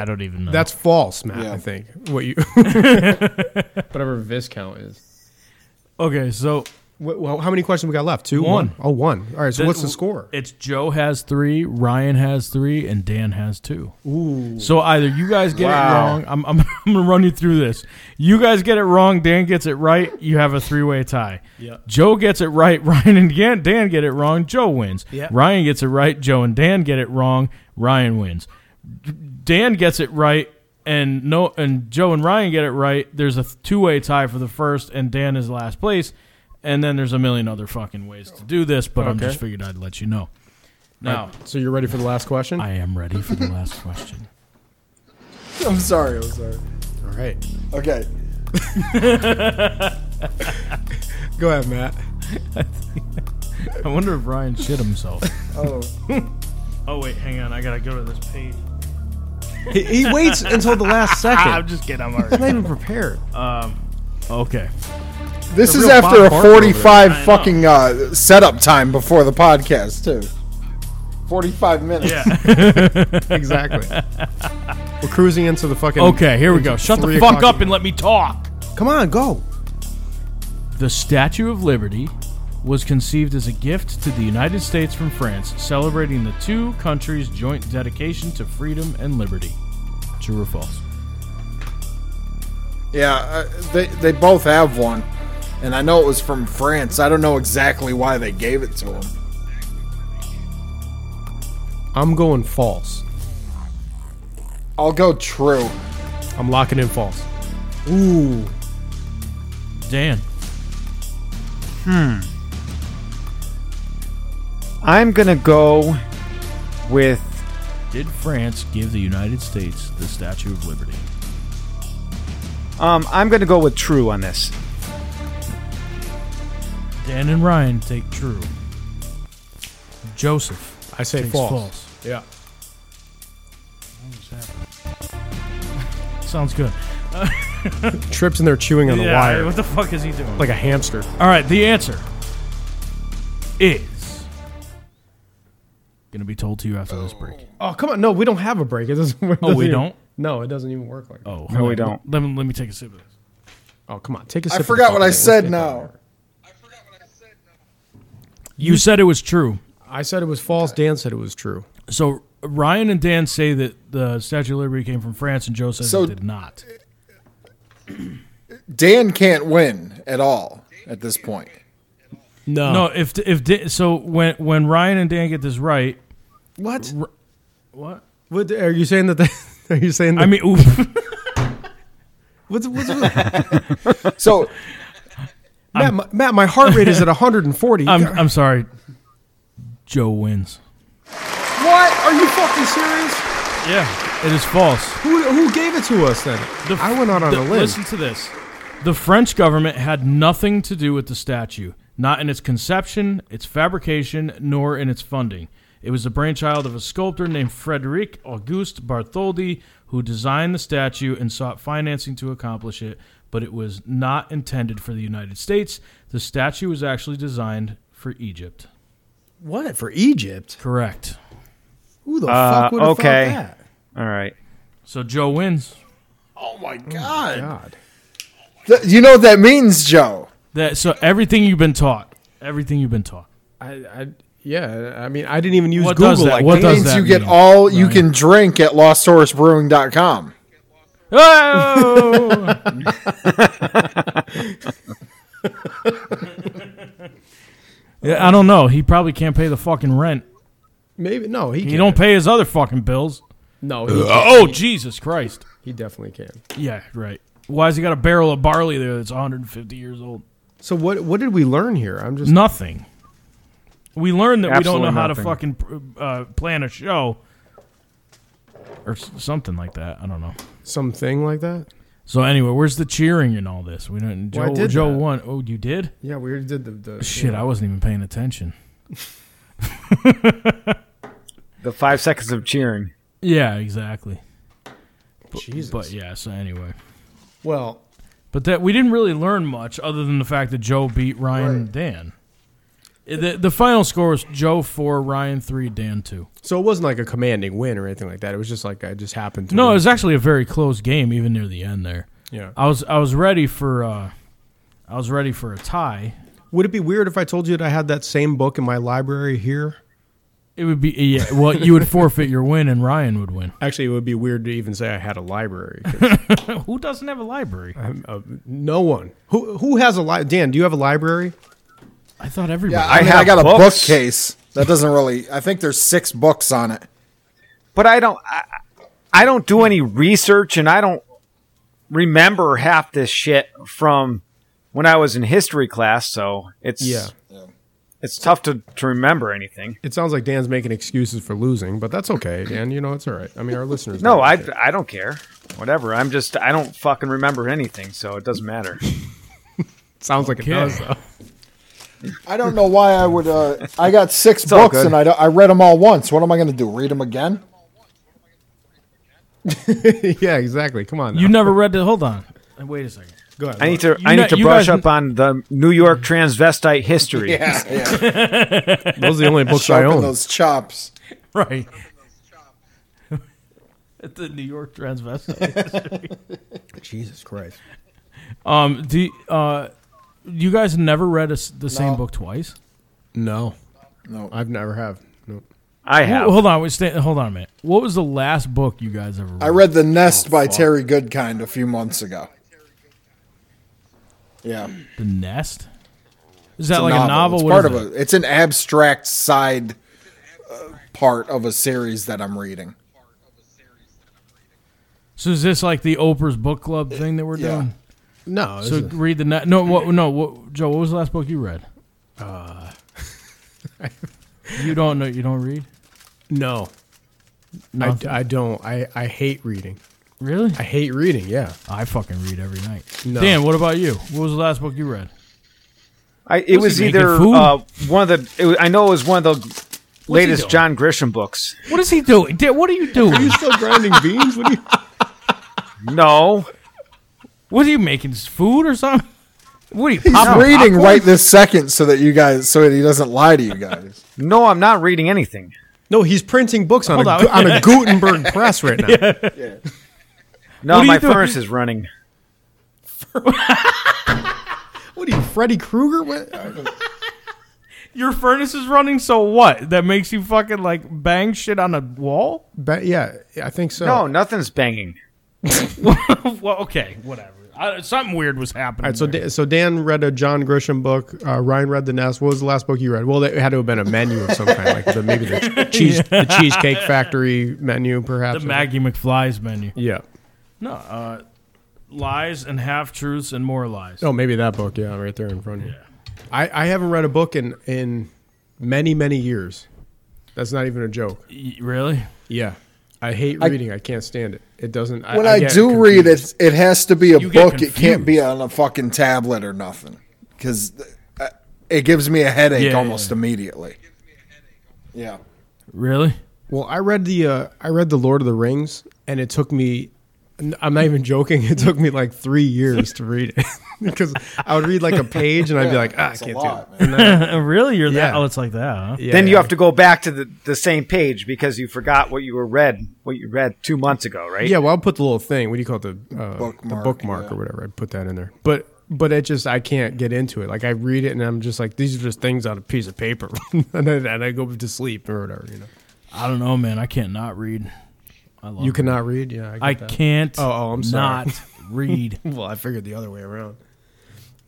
Speaker 1: don't even know.
Speaker 2: Uh, That's false, Matt.
Speaker 3: Yeah.
Speaker 2: I think what you whatever viscount is.
Speaker 1: Okay, so
Speaker 2: Wh- Well, how many questions we got left? Two,
Speaker 1: One.
Speaker 2: Oh, one. All right. So
Speaker 1: Th-
Speaker 2: what's the score?
Speaker 1: It's Joe has three, Ryan has three, and Dan has two. Ooh. So either you guys get
Speaker 3: Wow.
Speaker 1: it wrong. I'm, I'm, I'm going to run you through this. You guys get it wrong. Dan gets it right. You have a three way tie.
Speaker 5: Yep.
Speaker 1: Joe gets it right. Ryan and Dan, Dan get it wrong. Joe wins.
Speaker 5: Yep.
Speaker 1: Ryan gets it right. Joe and Dan get it wrong. Ryan wins. D- Dan gets it right. And no, and Joe and Ryan get it right. There's a two-way tie for the first, and Dan is last place. And then there's a million other fucking ways to do this, but I'm
Speaker 2: Okay.
Speaker 1: just figured I'd let you know. Now
Speaker 2: So you're ready for the last question?
Speaker 1: I am ready for the last question.
Speaker 3: I'm sorry. I'm sorry.
Speaker 2: All right.
Speaker 3: Okay.
Speaker 2: Go ahead, Matt.
Speaker 1: I wonder if Ryan shit himself.
Speaker 3: Oh,
Speaker 1: oh wait, hang on, I gotta go to this page.
Speaker 2: He, he waits until the last
Speaker 1: I'm
Speaker 2: second.
Speaker 1: just kidding. I'm
Speaker 2: He's
Speaker 1: already.
Speaker 2: not even prepared.
Speaker 1: okay.
Speaker 3: this
Speaker 2: A
Speaker 3: is
Speaker 2: real
Speaker 3: after
Speaker 2: Bob
Speaker 3: a
Speaker 2: Barker over there.
Speaker 3: 45
Speaker 1: know.
Speaker 3: fucking uh, setup time before the podcast too. 45 minutes.
Speaker 2: exactly. We're cruising into the fucking.
Speaker 1: Okay, here we go. Shut
Speaker 2: Three
Speaker 1: the fuck
Speaker 2: o'clock.
Speaker 1: up and let me talk.
Speaker 2: Come on, go.
Speaker 1: The Statue of Liberty was conceived as a gift to the United States from France, celebrating the two countries' joint dedication to freedom and liberty. True or false?
Speaker 3: Yeah, uh, they they both have one, and I know it was from France. I don't know exactly why they gave it to him.
Speaker 2: I'm going false.
Speaker 3: I'll go true.
Speaker 2: I'm locking in false. Ooh.
Speaker 1: Dan.
Speaker 4: I'm gonna go with
Speaker 1: Did France give the United States the Statue of Liberty?
Speaker 4: um, I'm gonna go with true on this.
Speaker 1: Dan and Ryan take true. Joseph
Speaker 2: I say
Speaker 1: takes
Speaker 2: false.
Speaker 1: false.
Speaker 2: Yeah.
Speaker 1: Sounds good.
Speaker 2: Trips and they're chewing on the
Speaker 1: Yeah,
Speaker 2: wire
Speaker 1: What the fuck is he doing?
Speaker 2: like a hamster.
Speaker 1: all right, the answer is gonna be told to you after this break.
Speaker 2: Oh, come on. No, we don't have a break. It doesn't. It
Speaker 1: Oh, we
Speaker 2: doesn't even-
Speaker 1: don't?
Speaker 2: No, it doesn't even work like that.
Speaker 1: Oh,
Speaker 4: No, we don't.
Speaker 1: Let me let me take a sip of this.
Speaker 2: Oh, come on. Take a
Speaker 3: I
Speaker 2: sip. of
Speaker 3: forgot
Speaker 2: the
Speaker 3: what I
Speaker 2: fucking thing.
Speaker 3: said
Speaker 2: Let's get out
Speaker 3: now.
Speaker 2: of here.
Speaker 1: You said it was true.
Speaker 2: I said it was false. Dan said it was true.
Speaker 1: So Ryan and Dan say that the Statue of Liberty came from France, and Joe says
Speaker 3: So-
Speaker 1: it did not.
Speaker 3: Dan can't win at all at this point.
Speaker 1: No, if if Dan- so, when when Ryan and Dan get this right,
Speaker 2: What?
Speaker 1: what?
Speaker 2: What are you saying that? The, are you saying? That,
Speaker 1: I mean, oof.
Speaker 2: what's, what's, Matt,
Speaker 3: So
Speaker 2: my, Matt, my heart rate is at 140. You
Speaker 1: I'm
Speaker 2: got-
Speaker 1: I'm sorry. Joe wins.
Speaker 2: what? Are you fucking serious?
Speaker 1: Yeah, it is false.
Speaker 2: Who, who gave it to us then?
Speaker 1: The-
Speaker 2: I went out on
Speaker 1: the-
Speaker 2: a limb.
Speaker 1: Listen to this. The French government had nothing to do with the statue, not in its conception, its fabrication, nor in its funding. It was the brainchild of a sculptor named Frederic Auguste Bartholdi, who designed the statue and sought financing to accomplish it, but it was not intended for the United States. The statue was actually designed for Egypt.
Speaker 2: What for Egypt?
Speaker 1: Correct.
Speaker 2: Who the
Speaker 4: Uh,
Speaker 2: fuck would have
Speaker 4: okay.
Speaker 2: thought that?
Speaker 4: All right.
Speaker 1: So Joe wins.
Speaker 3: Oh my god.
Speaker 2: God.
Speaker 3: Th- you know what that means, Joe?
Speaker 1: That so everything you've been taught, everything you've been taught.
Speaker 2: I, I yeah. I mean, I didn't even use
Speaker 1: What
Speaker 2: Google.
Speaker 1: does that-
Speaker 2: Like
Speaker 1: what does
Speaker 2: Dan.
Speaker 3: It means
Speaker 1: that
Speaker 3: you get
Speaker 1: mean,
Speaker 3: all you
Speaker 1: Ryan?
Speaker 3: can drink at losthorsebrewing.com.
Speaker 1: Oh! yeah, I don't know. He probably can't pay the fucking rent.
Speaker 2: Maybe no. He,
Speaker 1: He
Speaker 2: can't.
Speaker 1: don't pay his other fucking bills.
Speaker 2: No. He,
Speaker 1: Oh Jesus Christ!
Speaker 2: he definitely can.
Speaker 1: Yeah, right. Why's he got a barrel of barley there that's 150 years old?
Speaker 2: So what? What did we learn here? I'm
Speaker 1: Mm.
Speaker 2: just.
Speaker 1: Nothing. We learned that we
Speaker 4: Absolutely
Speaker 1: don't know how to
Speaker 4: nothing.
Speaker 1: fucking uh, plan a show or s- something like that. I don't know.
Speaker 2: something like that?
Speaker 1: So anyway, where's the cheering in all this? We don't. Joe,
Speaker 2: Well, I did
Speaker 1: Joe
Speaker 2: that.
Speaker 1: won. Oh, you did.
Speaker 2: Yeah, we already did the, the
Speaker 1: Shit, I wasn't even paying attention.
Speaker 4: The five seconds of cheering.
Speaker 1: Yeah, exactly.
Speaker 2: Jesus.
Speaker 1: But yeah, so anyway.
Speaker 2: Well,
Speaker 1: But that we didn't really learn much other than the fact that Joe beat Ryan and Dan. Eh, The, the final score was Joe 4, Ryan 3, Dan 2.
Speaker 2: so it wasn't like a commanding win or anything like that. It was just like I just happened to.
Speaker 1: No, it
Speaker 2: win.
Speaker 1: was actually a very close game even near the end there.
Speaker 2: yeah.
Speaker 1: I was I was ready for uh I was ready for a tie.
Speaker 2: Would it be weird if I told you that I had that same book in my library here?
Speaker 1: It would be yeah. Well, you would forfeit your win, and Ryan would win.
Speaker 2: Actually, it would be weird to even say I had a library. 'cause
Speaker 1: Who doesn't have a library?
Speaker 2: no one who who has a library. Dan, do you have a library?
Speaker 1: I thought everybody.
Speaker 3: Yeah, I, mean,
Speaker 4: have
Speaker 3: I got a
Speaker 4: books.
Speaker 3: bookcase that doesn't really. I think there's six books on it.
Speaker 4: but I don't I, I don't do any research and I don't remember half this shit from when I was in history class, so it's
Speaker 2: Yeah.
Speaker 4: it's tough to, to remember anything.
Speaker 2: It sounds like Dan's making excuses for losing, but that's okay, Dan. You know it's all right. I mean, our listeners.
Speaker 4: No,
Speaker 2: know
Speaker 4: I
Speaker 2: shit.
Speaker 4: I don't care. Whatever. I'm just I don't fucking remember anything, so it doesn't matter.
Speaker 2: sounds like it does. Though.
Speaker 3: I don't know why I would. Uh, I got six
Speaker 4: all
Speaker 3: books
Speaker 4: good.
Speaker 3: and I, don't- I read them all once. What am I going to do? Read them again?
Speaker 2: yeah, exactly. Come on. Now.
Speaker 1: you never read the. Hold on. Uh, Wait a second.
Speaker 2: Go ahead.
Speaker 4: I need to I
Speaker 1: You
Speaker 4: need
Speaker 1: know-
Speaker 4: to
Speaker 1: you
Speaker 4: brush
Speaker 1: guys-
Speaker 4: up on the New York transvestite history.
Speaker 3: Yeah, yeah.
Speaker 2: Those are the only books I
Speaker 3: Sharpen
Speaker 2: own.
Speaker 3: those chops.
Speaker 1: Right. At the New York transvestite.
Speaker 2: Jesus Christ.
Speaker 1: um. Do you- uh. You guys never read a s the same book twice?
Speaker 2: No,
Speaker 3: No.
Speaker 2: I've never have. No.
Speaker 4: I have.
Speaker 1: Wh- Hold on, wait, stay, hold on a minute. What was the last book you guys ever read?
Speaker 3: I read The
Speaker 1: Oh,
Speaker 3: Nest by Terry Goodkind a few months ago. Yeah,
Speaker 1: The Nest. Is
Speaker 3: it's
Speaker 1: that like a novel?
Speaker 3: It's
Speaker 1: What
Speaker 3: part
Speaker 1: is
Speaker 3: of
Speaker 1: it?
Speaker 3: a. It's an abstract side uh, part of a series that I'm reading.
Speaker 1: So is this like the Oprah's book club thing that we're
Speaker 3: Yeah.
Speaker 1: doing?
Speaker 2: No.
Speaker 1: So read the Nest. No, what? No, what, Joe. What was the last book you read? Uh, you don't know. You don't read.
Speaker 2: no. I,
Speaker 1: Nothing?
Speaker 2: I don't. I, I hate reading.
Speaker 1: Really?
Speaker 2: I hate reading. Yeah.
Speaker 1: I fucking read every night.
Speaker 2: No.
Speaker 1: Dan, what about you? What was the last book you read?
Speaker 4: I, it
Speaker 1: Was
Speaker 4: was,
Speaker 1: he making
Speaker 4: either
Speaker 1: food?
Speaker 4: uh, one of the it was, I know it was one of the latest
Speaker 1: doing?
Speaker 4: John Grisham books.
Speaker 1: What is he doing? Dan, what are you doing?
Speaker 2: still grinding beans? What do you?
Speaker 4: No.
Speaker 1: what are you making? Food or something? What are you?
Speaker 3: He's
Speaker 1: popping
Speaker 3: reading
Speaker 1: popcorn?
Speaker 3: right this second so that you guys, so that he doesn't lie to you guys.
Speaker 4: No, I'm not reading anything.
Speaker 2: No, he's printing books on, a,
Speaker 1: Hold on.
Speaker 2: on a Gutenberg press right now.
Speaker 4: No,
Speaker 1: What are you
Speaker 4: my
Speaker 1: doing?
Speaker 4: furnace is running.
Speaker 2: What are you, Freddy Krueger? What?
Speaker 1: Your furnace is running, so what? That makes you fucking like bang shit on a wall?
Speaker 2: Ba- yeah, I think so.
Speaker 1: Oh.
Speaker 4: No, nothing's banging.
Speaker 1: well, okay, whatever. I, something weird was happening.
Speaker 2: All right, so
Speaker 1: there.
Speaker 2: Dan, so Dan read a John Grisham book. Uh, Ryan read the Nest. What was the last book you read? Well, it had to have been a menu of some kind, like the, maybe the cheese, the Cheesecake Factory menu, perhaps.
Speaker 1: the Maggie McFly's menu.
Speaker 2: Yeah.
Speaker 1: No, uh, lies and half truths and more lies.
Speaker 2: Oh, maybe that book. Yeah, right there in front of you. I, I haven't read a book in in many many years. That's not even a joke.
Speaker 1: Y- Really?
Speaker 2: Yeah, I hate reading. I can't stand it. It doesn't.
Speaker 3: When I,
Speaker 2: get
Speaker 3: do read
Speaker 2: confused.
Speaker 3: it, it has to be a
Speaker 1: You get
Speaker 3: book. It
Speaker 1: confused.
Speaker 3: can't be on a fucking tablet or nothing because it gives me a headache
Speaker 1: Yeah,
Speaker 3: almost
Speaker 1: yeah.
Speaker 3: immediately. Yeah.
Speaker 1: Really?
Speaker 2: Well, I read the uh, I read the Lord of the Rings, and it took me. n- I'm not even joking. It took me like three years to read it because I would read like a page, and I'd be like, ah, I
Speaker 3: It's a
Speaker 2: can't
Speaker 3: lot,
Speaker 2: do it.
Speaker 3: man.
Speaker 1: really? You're that?
Speaker 2: Yeah.
Speaker 1: Oh, it's like that. Huh?
Speaker 2: Yeah,
Speaker 4: then you
Speaker 2: yeah.
Speaker 4: have to go back to the, the same page because you forgot what you were read what you read two months ago, right?
Speaker 2: Yeah, well, I'll put the little thing. What do you call it? The uh, the
Speaker 3: Bookmark,
Speaker 2: bookmark or
Speaker 3: yeah.
Speaker 2: whatever. I put that in there, but. But it just I can't get into it. Like I read it and I'm just like these are just things on a piece of paper, and, I, and I go to sleep or whatever. You know,
Speaker 1: I don't know, man. I can't not read. I love.
Speaker 2: you
Speaker 1: it.
Speaker 2: cannot read. Yeah, get
Speaker 1: I
Speaker 2: that.
Speaker 1: can't.
Speaker 2: Oh, oh, I'm sorry.
Speaker 1: Not read.
Speaker 2: Well, I figured the other way around.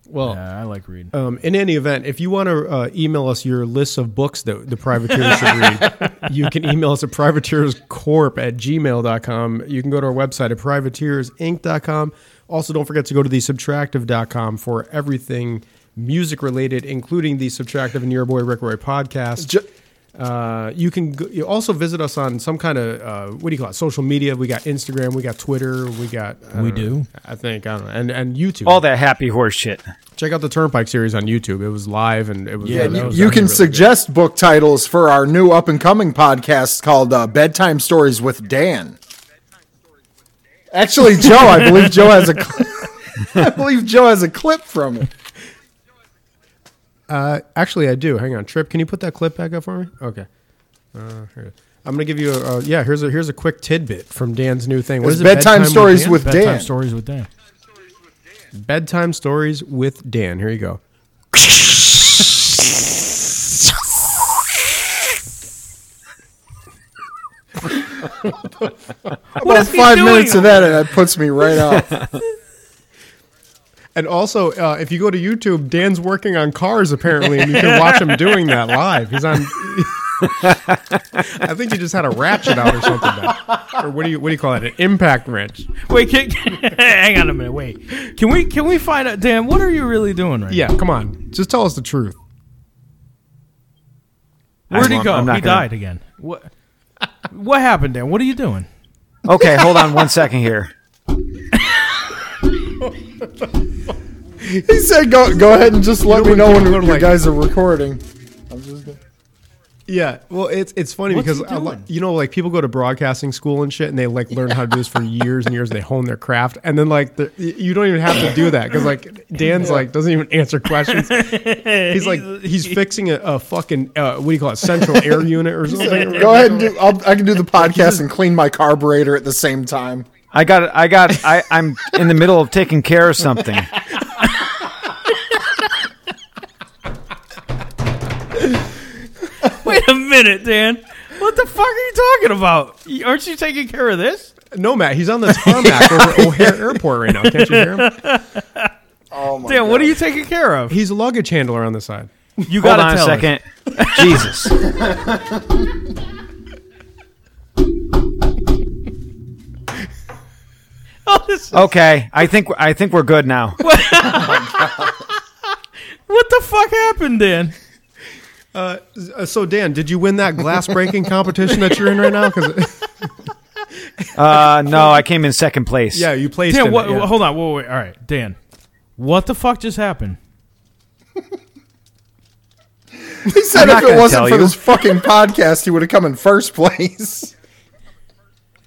Speaker 2: Well,
Speaker 1: yeah, I like reading.
Speaker 2: Um, in any event, if you want to uh, email us your list of books that the privateers should read, you can email us at privateerscorp at gmail.com. You can go to our website at privateersinc.com. Also, don't forget to go to the subtractive.com for everything music related, including the Subtractive and Your Boy Rick Roy podcast.
Speaker 3: Ju-
Speaker 2: Uh, you can go, you also visit us on some kind of uh, what do you call it? Social media. We got Instagram, we got Twitter, we got I
Speaker 1: We
Speaker 2: don't know,
Speaker 1: do?
Speaker 2: I think I don't know, and and YouTube.
Speaker 4: All that happy horse shit.
Speaker 2: Check out the Turnpike series on YouTube. It was live and it was.
Speaker 1: Yeah,
Speaker 2: that
Speaker 1: you-
Speaker 3: You,
Speaker 2: was
Speaker 3: you
Speaker 2: actually
Speaker 3: can
Speaker 2: really
Speaker 3: suggest book titles for our new up and coming podcast called uh, Bedtime Stories with Dan. Actually, Joe, I believe Joe has a, cl- I believe Joe has a clip from it.
Speaker 2: good. Actually, I do. Hang on, Trip. Can you put that clip back up for me? Okay. Uh, here it is. I'm gonna give you a uh, yeah. Here's a here's a quick tidbit from Dan's new thing. What is
Speaker 3: It's
Speaker 2: it?
Speaker 3: Bedtime Stories
Speaker 2: Dan?
Speaker 3: with
Speaker 1: Bedtime
Speaker 3: Dan.
Speaker 1: stories with Dan.
Speaker 2: bedtime stories with Dan. Here you go.
Speaker 3: About five minutes of that, and that puts me right off.
Speaker 2: And also, uh, if you go to YouTube, Dan's working on cars apparently, and you can watch him doing that live. He's on. I think he just had a ratchet out or something, back. or what do you what do you call it? An impact wrench.
Speaker 1: Wait, can, hang on a minute. Wait, can we can we find out, Dan? What are you really doing right
Speaker 2: Yeah, come on, just tell us the truth.
Speaker 1: now? Where'd he
Speaker 4: I'm-
Speaker 1: go?
Speaker 4: I'm not
Speaker 1: He
Speaker 4: gonna-
Speaker 1: died again. What? What happened, Dan? What are you doing?
Speaker 4: Okay, hold on one second here.
Speaker 3: He said, "Go, go ahead and just let
Speaker 2: You know
Speaker 3: me know
Speaker 2: when people
Speaker 3: when you
Speaker 2: go to, like-
Speaker 3: guys are recording." I'm just gonna-
Speaker 2: Yeah, well, it's it's funny
Speaker 1: What's
Speaker 2: because
Speaker 1: he
Speaker 2: a lot-
Speaker 1: doing?
Speaker 2: you know, like people go to broadcasting school and shit, and they like learn how to do this for years and years. They hone their craft, and then like the, y- you don't even have to do that because like Dan's like doesn't even answer questions. He's like he's fixing a, a fucking uh, what do you call it central air unit or something.
Speaker 3: Go ahead and do. I'll, I can do the podcast and clean my carburetor at the same time.
Speaker 4: I got I got I, I'm in the middle of taking care of something.
Speaker 1: Wait a minute, Dan. What the fuck are you talking about? Y- Aren't you taking care of this?
Speaker 2: No, Matt, he's on the tarmac over at O'Hare Airport right now. Can't you hear him?
Speaker 3: Oh my!
Speaker 1: Dan, what are you taking care of?
Speaker 2: He's a luggage handler on the side.
Speaker 1: You
Speaker 4: Hold
Speaker 1: gotta
Speaker 4: on a
Speaker 1: tell us.
Speaker 4: second. Jesus.
Speaker 1: Oh, this-
Speaker 4: Okay, I think I think we're good now.
Speaker 1: what the fuck happened, Dan?
Speaker 2: Uh, so Dan, did you win that glass breaking competition that you're in right now? Because
Speaker 4: Uh, no, I came in second place.
Speaker 2: yeah, you placed. in
Speaker 1: Dan,
Speaker 2: it,
Speaker 1: what?
Speaker 2: yeah.
Speaker 1: Hold on. Wait, wait. All right, Dan. What the fuck just happened?
Speaker 3: He said
Speaker 4: not
Speaker 3: if it
Speaker 4: gonna
Speaker 3: wasn't
Speaker 4: tell
Speaker 3: for
Speaker 4: you.
Speaker 3: this fucking podcast, he would have come in first place.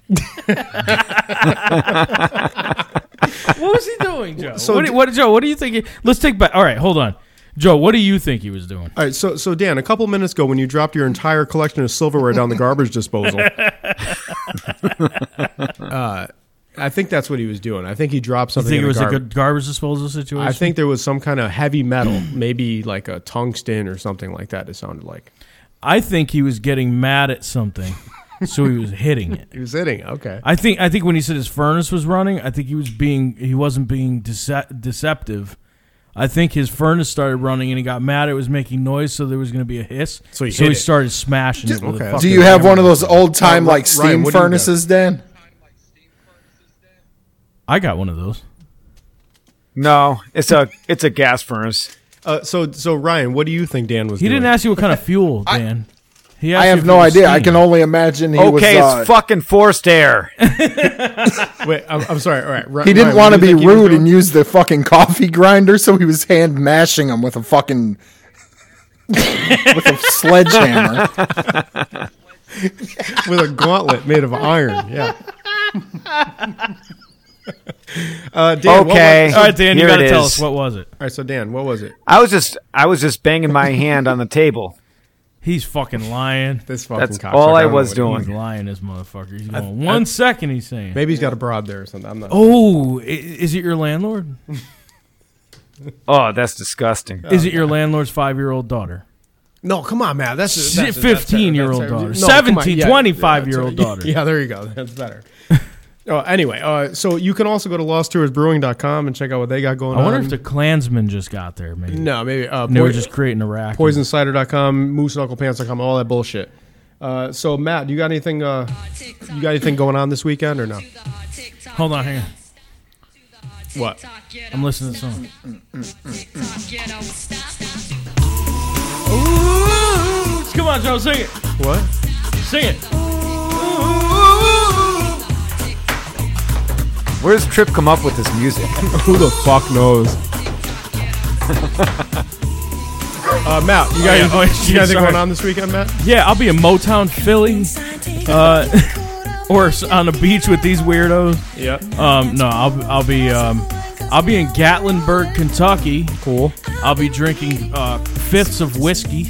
Speaker 1: What was he doing, Joe?
Speaker 2: So
Speaker 1: what,
Speaker 2: d-
Speaker 1: what, Joe? What do you think? he- Let's take back. All right, hold on, Joe. What do you think he was doing?
Speaker 2: All right, so so Dan, a couple minutes ago when you dropped your entire collection of silverware down the garbage disposal, uh, I think that's what he was doing. I think he dropped
Speaker 1: You
Speaker 2: something.
Speaker 1: think it
Speaker 2: in
Speaker 1: was
Speaker 2: the
Speaker 1: a
Speaker 2: garb-
Speaker 1: good garbage disposal situation?
Speaker 2: I think there was some kind of heavy metal, maybe like a tungsten or something like that. It sounded like
Speaker 1: I think he was getting mad at something, so he was hitting it.
Speaker 2: he was hitting. Okay,
Speaker 1: I think I think when he said his furnace was running, I think he was being he wasn't being dece- deceptive. I think his furnace started running and he got mad. It was making noise, so there was going to be a hiss.
Speaker 2: So he
Speaker 1: so
Speaker 2: hit
Speaker 1: he
Speaker 2: it.
Speaker 1: started smashing it. With
Speaker 2: okay.
Speaker 1: a fucking
Speaker 3: Do you have
Speaker 1: hammer.
Speaker 3: one of those old time
Speaker 2: Uh, Ri-
Speaker 3: like steam
Speaker 2: Ryan, what do you got?
Speaker 3: furnaces, Dan?
Speaker 1: I got one of those.
Speaker 4: No, it's a it's a gas furnace.
Speaker 2: uh, so so Ryan, what do you think Dan was?
Speaker 1: He
Speaker 2: doing?
Speaker 1: didn't ask you what kind of fuel, Dan. He asked
Speaker 3: I
Speaker 1: you
Speaker 3: have
Speaker 1: if it
Speaker 3: no
Speaker 1: was
Speaker 3: idea. I
Speaker 1: steam.
Speaker 3: can only imagine he was.
Speaker 4: Okay,
Speaker 3: uh,
Speaker 4: it's fucking forced air.
Speaker 2: Wait, I'm, I'm sorry. All right, Ri-
Speaker 3: he didn't
Speaker 2: Ryan,
Speaker 3: want to
Speaker 2: what do
Speaker 3: be
Speaker 2: you think he was
Speaker 3: rude
Speaker 2: doing?
Speaker 3: and use the fucking coffee grinder, so he was hand mashing him with a fucking with a sledgehammer.
Speaker 2: with a gauntlet made of iron. Yeah. Uh, Dan, what was-
Speaker 4: Okay.
Speaker 1: All right, Dan, you
Speaker 4: Here
Speaker 1: got
Speaker 4: it
Speaker 1: to tell
Speaker 4: is.
Speaker 1: us what was it.
Speaker 2: all right, so Dan, what was it?
Speaker 4: I was just I was just banging my hand on the table.
Speaker 1: He's fucking lying.
Speaker 2: This fucking
Speaker 4: That's
Speaker 2: cocksucker,
Speaker 4: all I
Speaker 2: don't know
Speaker 4: was
Speaker 2: what he-
Speaker 4: doing.
Speaker 1: He's lying, this motherfucker. He's going one second. He's saying,
Speaker 2: Maybe he's got a broad there or something. I'm not.
Speaker 1: "Oh, i- is it your landlord?
Speaker 4: Oh, that's disgusting.
Speaker 1: Is it your landlord's five-year-old daughter?"
Speaker 2: No, come on, man. That's
Speaker 1: Shit, 15-year-old daughter.
Speaker 2: no, come on,
Speaker 1: 17, 25-year-old
Speaker 2: that's-
Speaker 1: daughter.
Speaker 2: Yeah, there you go. That's better. oh, anyway, uh, so you can also go to losttours.brewing.com and check out what they got going
Speaker 1: I wonder
Speaker 2: on.
Speaker 1: if the Klansmen just got there, maybe.
Speaker 2: no, maybe uh,
Speaker 1: And they were
Speaker 2: Poi-
Speaker 1: just creating a rack.
Speaker 2: poisoncider.com, mooseknucklepants.com, all that bullshit. Uh, so Matt, you got anything? Uh, you got anything going on this weekend or no?
Speaker 1: Hold on, hang on.
Speaker 2: What?
Speaker 1: I'm listening to the song. Come on, Joe, sing it.
Speaker 2: What?
Speaker 1: Sing it.
Speaker 4: Where does Trip come up with this music?
Speaker 2: Who the fuck knows? uh, Matt, you got
Speaker 1: yeah.
Speaker 2: anything,
Speaker 1: Oh, yeah,
Speaker 2: you got anything
Speaker 1: sorry.
Speaker 2: going on this weekend, Matt?
Speaker 1: Yeah, I'll be in Motown, Philly, uh, or s- on the beach with these weirdos.
Speaker 2: Yeah.
Speaker 1: Um, no, I'll, I'll be um, I'll be in Gatlinburg, Kentucky.
Speaker 2: Cool.
Speaker 1: I'll be drinking uh, fifths of whiskey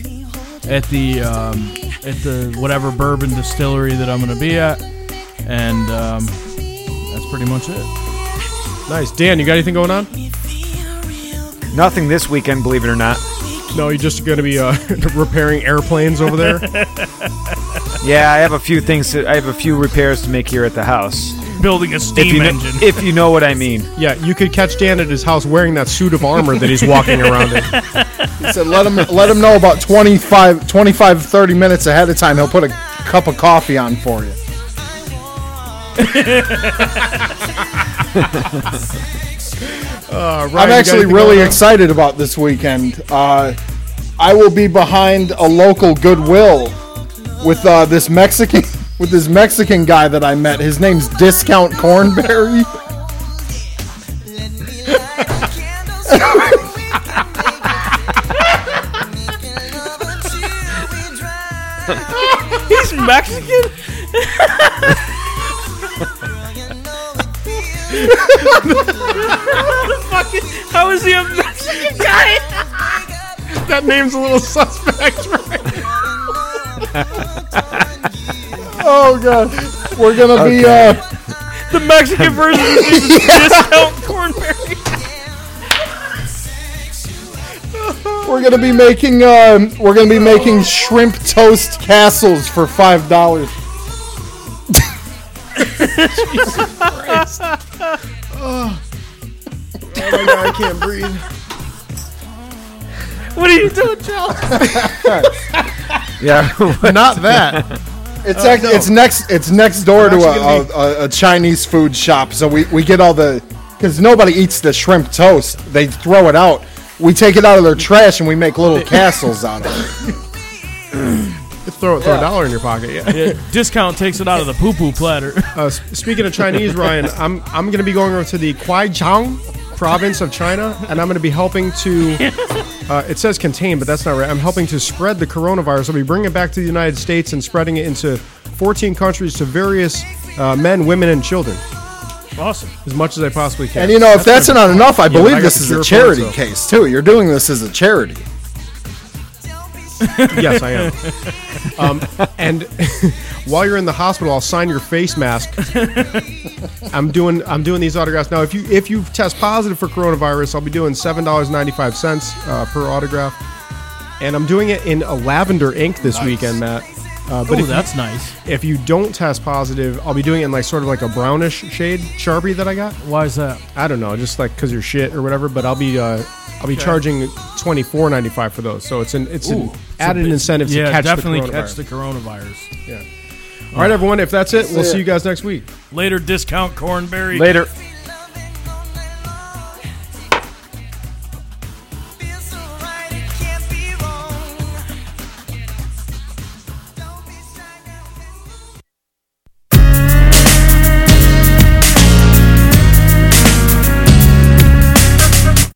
Speaker 1: at the um, at the whatever bourbon distillery that I'm going to be at, and um, that's pretty much it.
Speaker 2: Nice. Dan, you got anything going on?
Speaker 4: Nothing this weekend, believe it or not.
Speaker 2: No, you're just going to be uh, repairing airplanes over there.
Speaker 4: Yeah, I have a few things. To, I have a few repairs to make here at the house.
Speaker 1: Building a steam
Speaker 4: if you know,
Speaker 1: engine.
Speaker 4: if you know what I mean.
Speaker 2: yeah, you could catch Dan at his house wearing that suit of armor that he's walking around in.
Speaker 3: He said, let him, let him know about 25, 25, 30 minutes ahead of time. He'll put a cup of coffee on for you.
Speaker 2: Uh, Ryan, you got
Speaker 3: I'm actually
Speaker 2: anything
Speaker 3: really
Speaker 2: going on?
Speaker 3: excited about this weekend. Uh, I will be behind a local Goodwill with uh, this Mexican with this Mexican guy that I met. His name's Discount Cornberry.
Speaker 1: He's Mexican. Fucking- How is he a Mexican guy?
Speaker 2: that name's a little suspect.
Speaker 3: Oh god, we're gonna be uh,
Speaker 1: The Mexican version of Jesus discount cornberry.
Speaker 3: we're gonna be making um, we're gonna be making shrimp toast castles for five dollars.
Speaker 2: Oh I can't breathe.
Speaker 1: What are you doing, Charles?
Speaker 4: Yeah.
Speaker 3: Not that. It's act- it's next it's next door to a, a, a Chinese food shop, so we, we get all the because nobody eats the shrimp toast. They throw it out. We take it out of their trash and we make little castles out of it.
Speaker 2: Throw, throw a dollar in your pocket. Yeah.
Speaker 1: Discount takes it out of the poo poo platter.
Speaker 2: Uh, s- speaking of Chinese, Ryan, I'm I'm going to be going over to the Guizhou province of China, and I'm going to be helping to. Uh, it says contain, but that's not right. I'm helping to spread the coronavirus. I'll be bringing it back to the United States and spreading it into 14 countries to various uh, men, women, and children
Speaker 1: Awesome.
Speaker 2: as much as I possibly can.
Speaker 3: And you know, if that's not enough, I believe
Speaker 2: I got
Speaker 3: this
Speaker 2: the
Speaker 3: is a
Speaker 2: cure for
Speaker 3: charity
Speaker 2: myself.
Speaker 3: case too. You're doing this as a charity.
Speaker 2: yes, I am. Um, and while you're in the hospital, I'll sign your face mask. I'm doing I'm doing these autographs now. If you if you test positive for coronavirus, I'll be doing seven dollars ninety five cents uh, per autograph, and I'm doing it in a lavender ink this weekend, Matt. Uh, but
Speaker 1: Oh,
Speaker 2: if, you,
Speaker 1: that's nice.
Speaker 2: if you don't test positive, I'll be doing it in like sort of like a brownish shade Sharpie that I got.
Speaker 1: Why is that?
Speaker 2: I don't know, just like because you're shit or whatever. But I'll be uh, I'll be charging twenty four ninety five for those. So it's an it's an added incentive to
Speaker 1: yeah,
Speaker 2: catch
Speaker 1: definitely
Speaker 2: the coronavirus.
Speaker 1: catch the coronavirus.
Speaker 2: All right, everyone. If that's it, we'll see you guys next week.
Speaker 1: Later, discount cornberry.
Speaker 4: Later.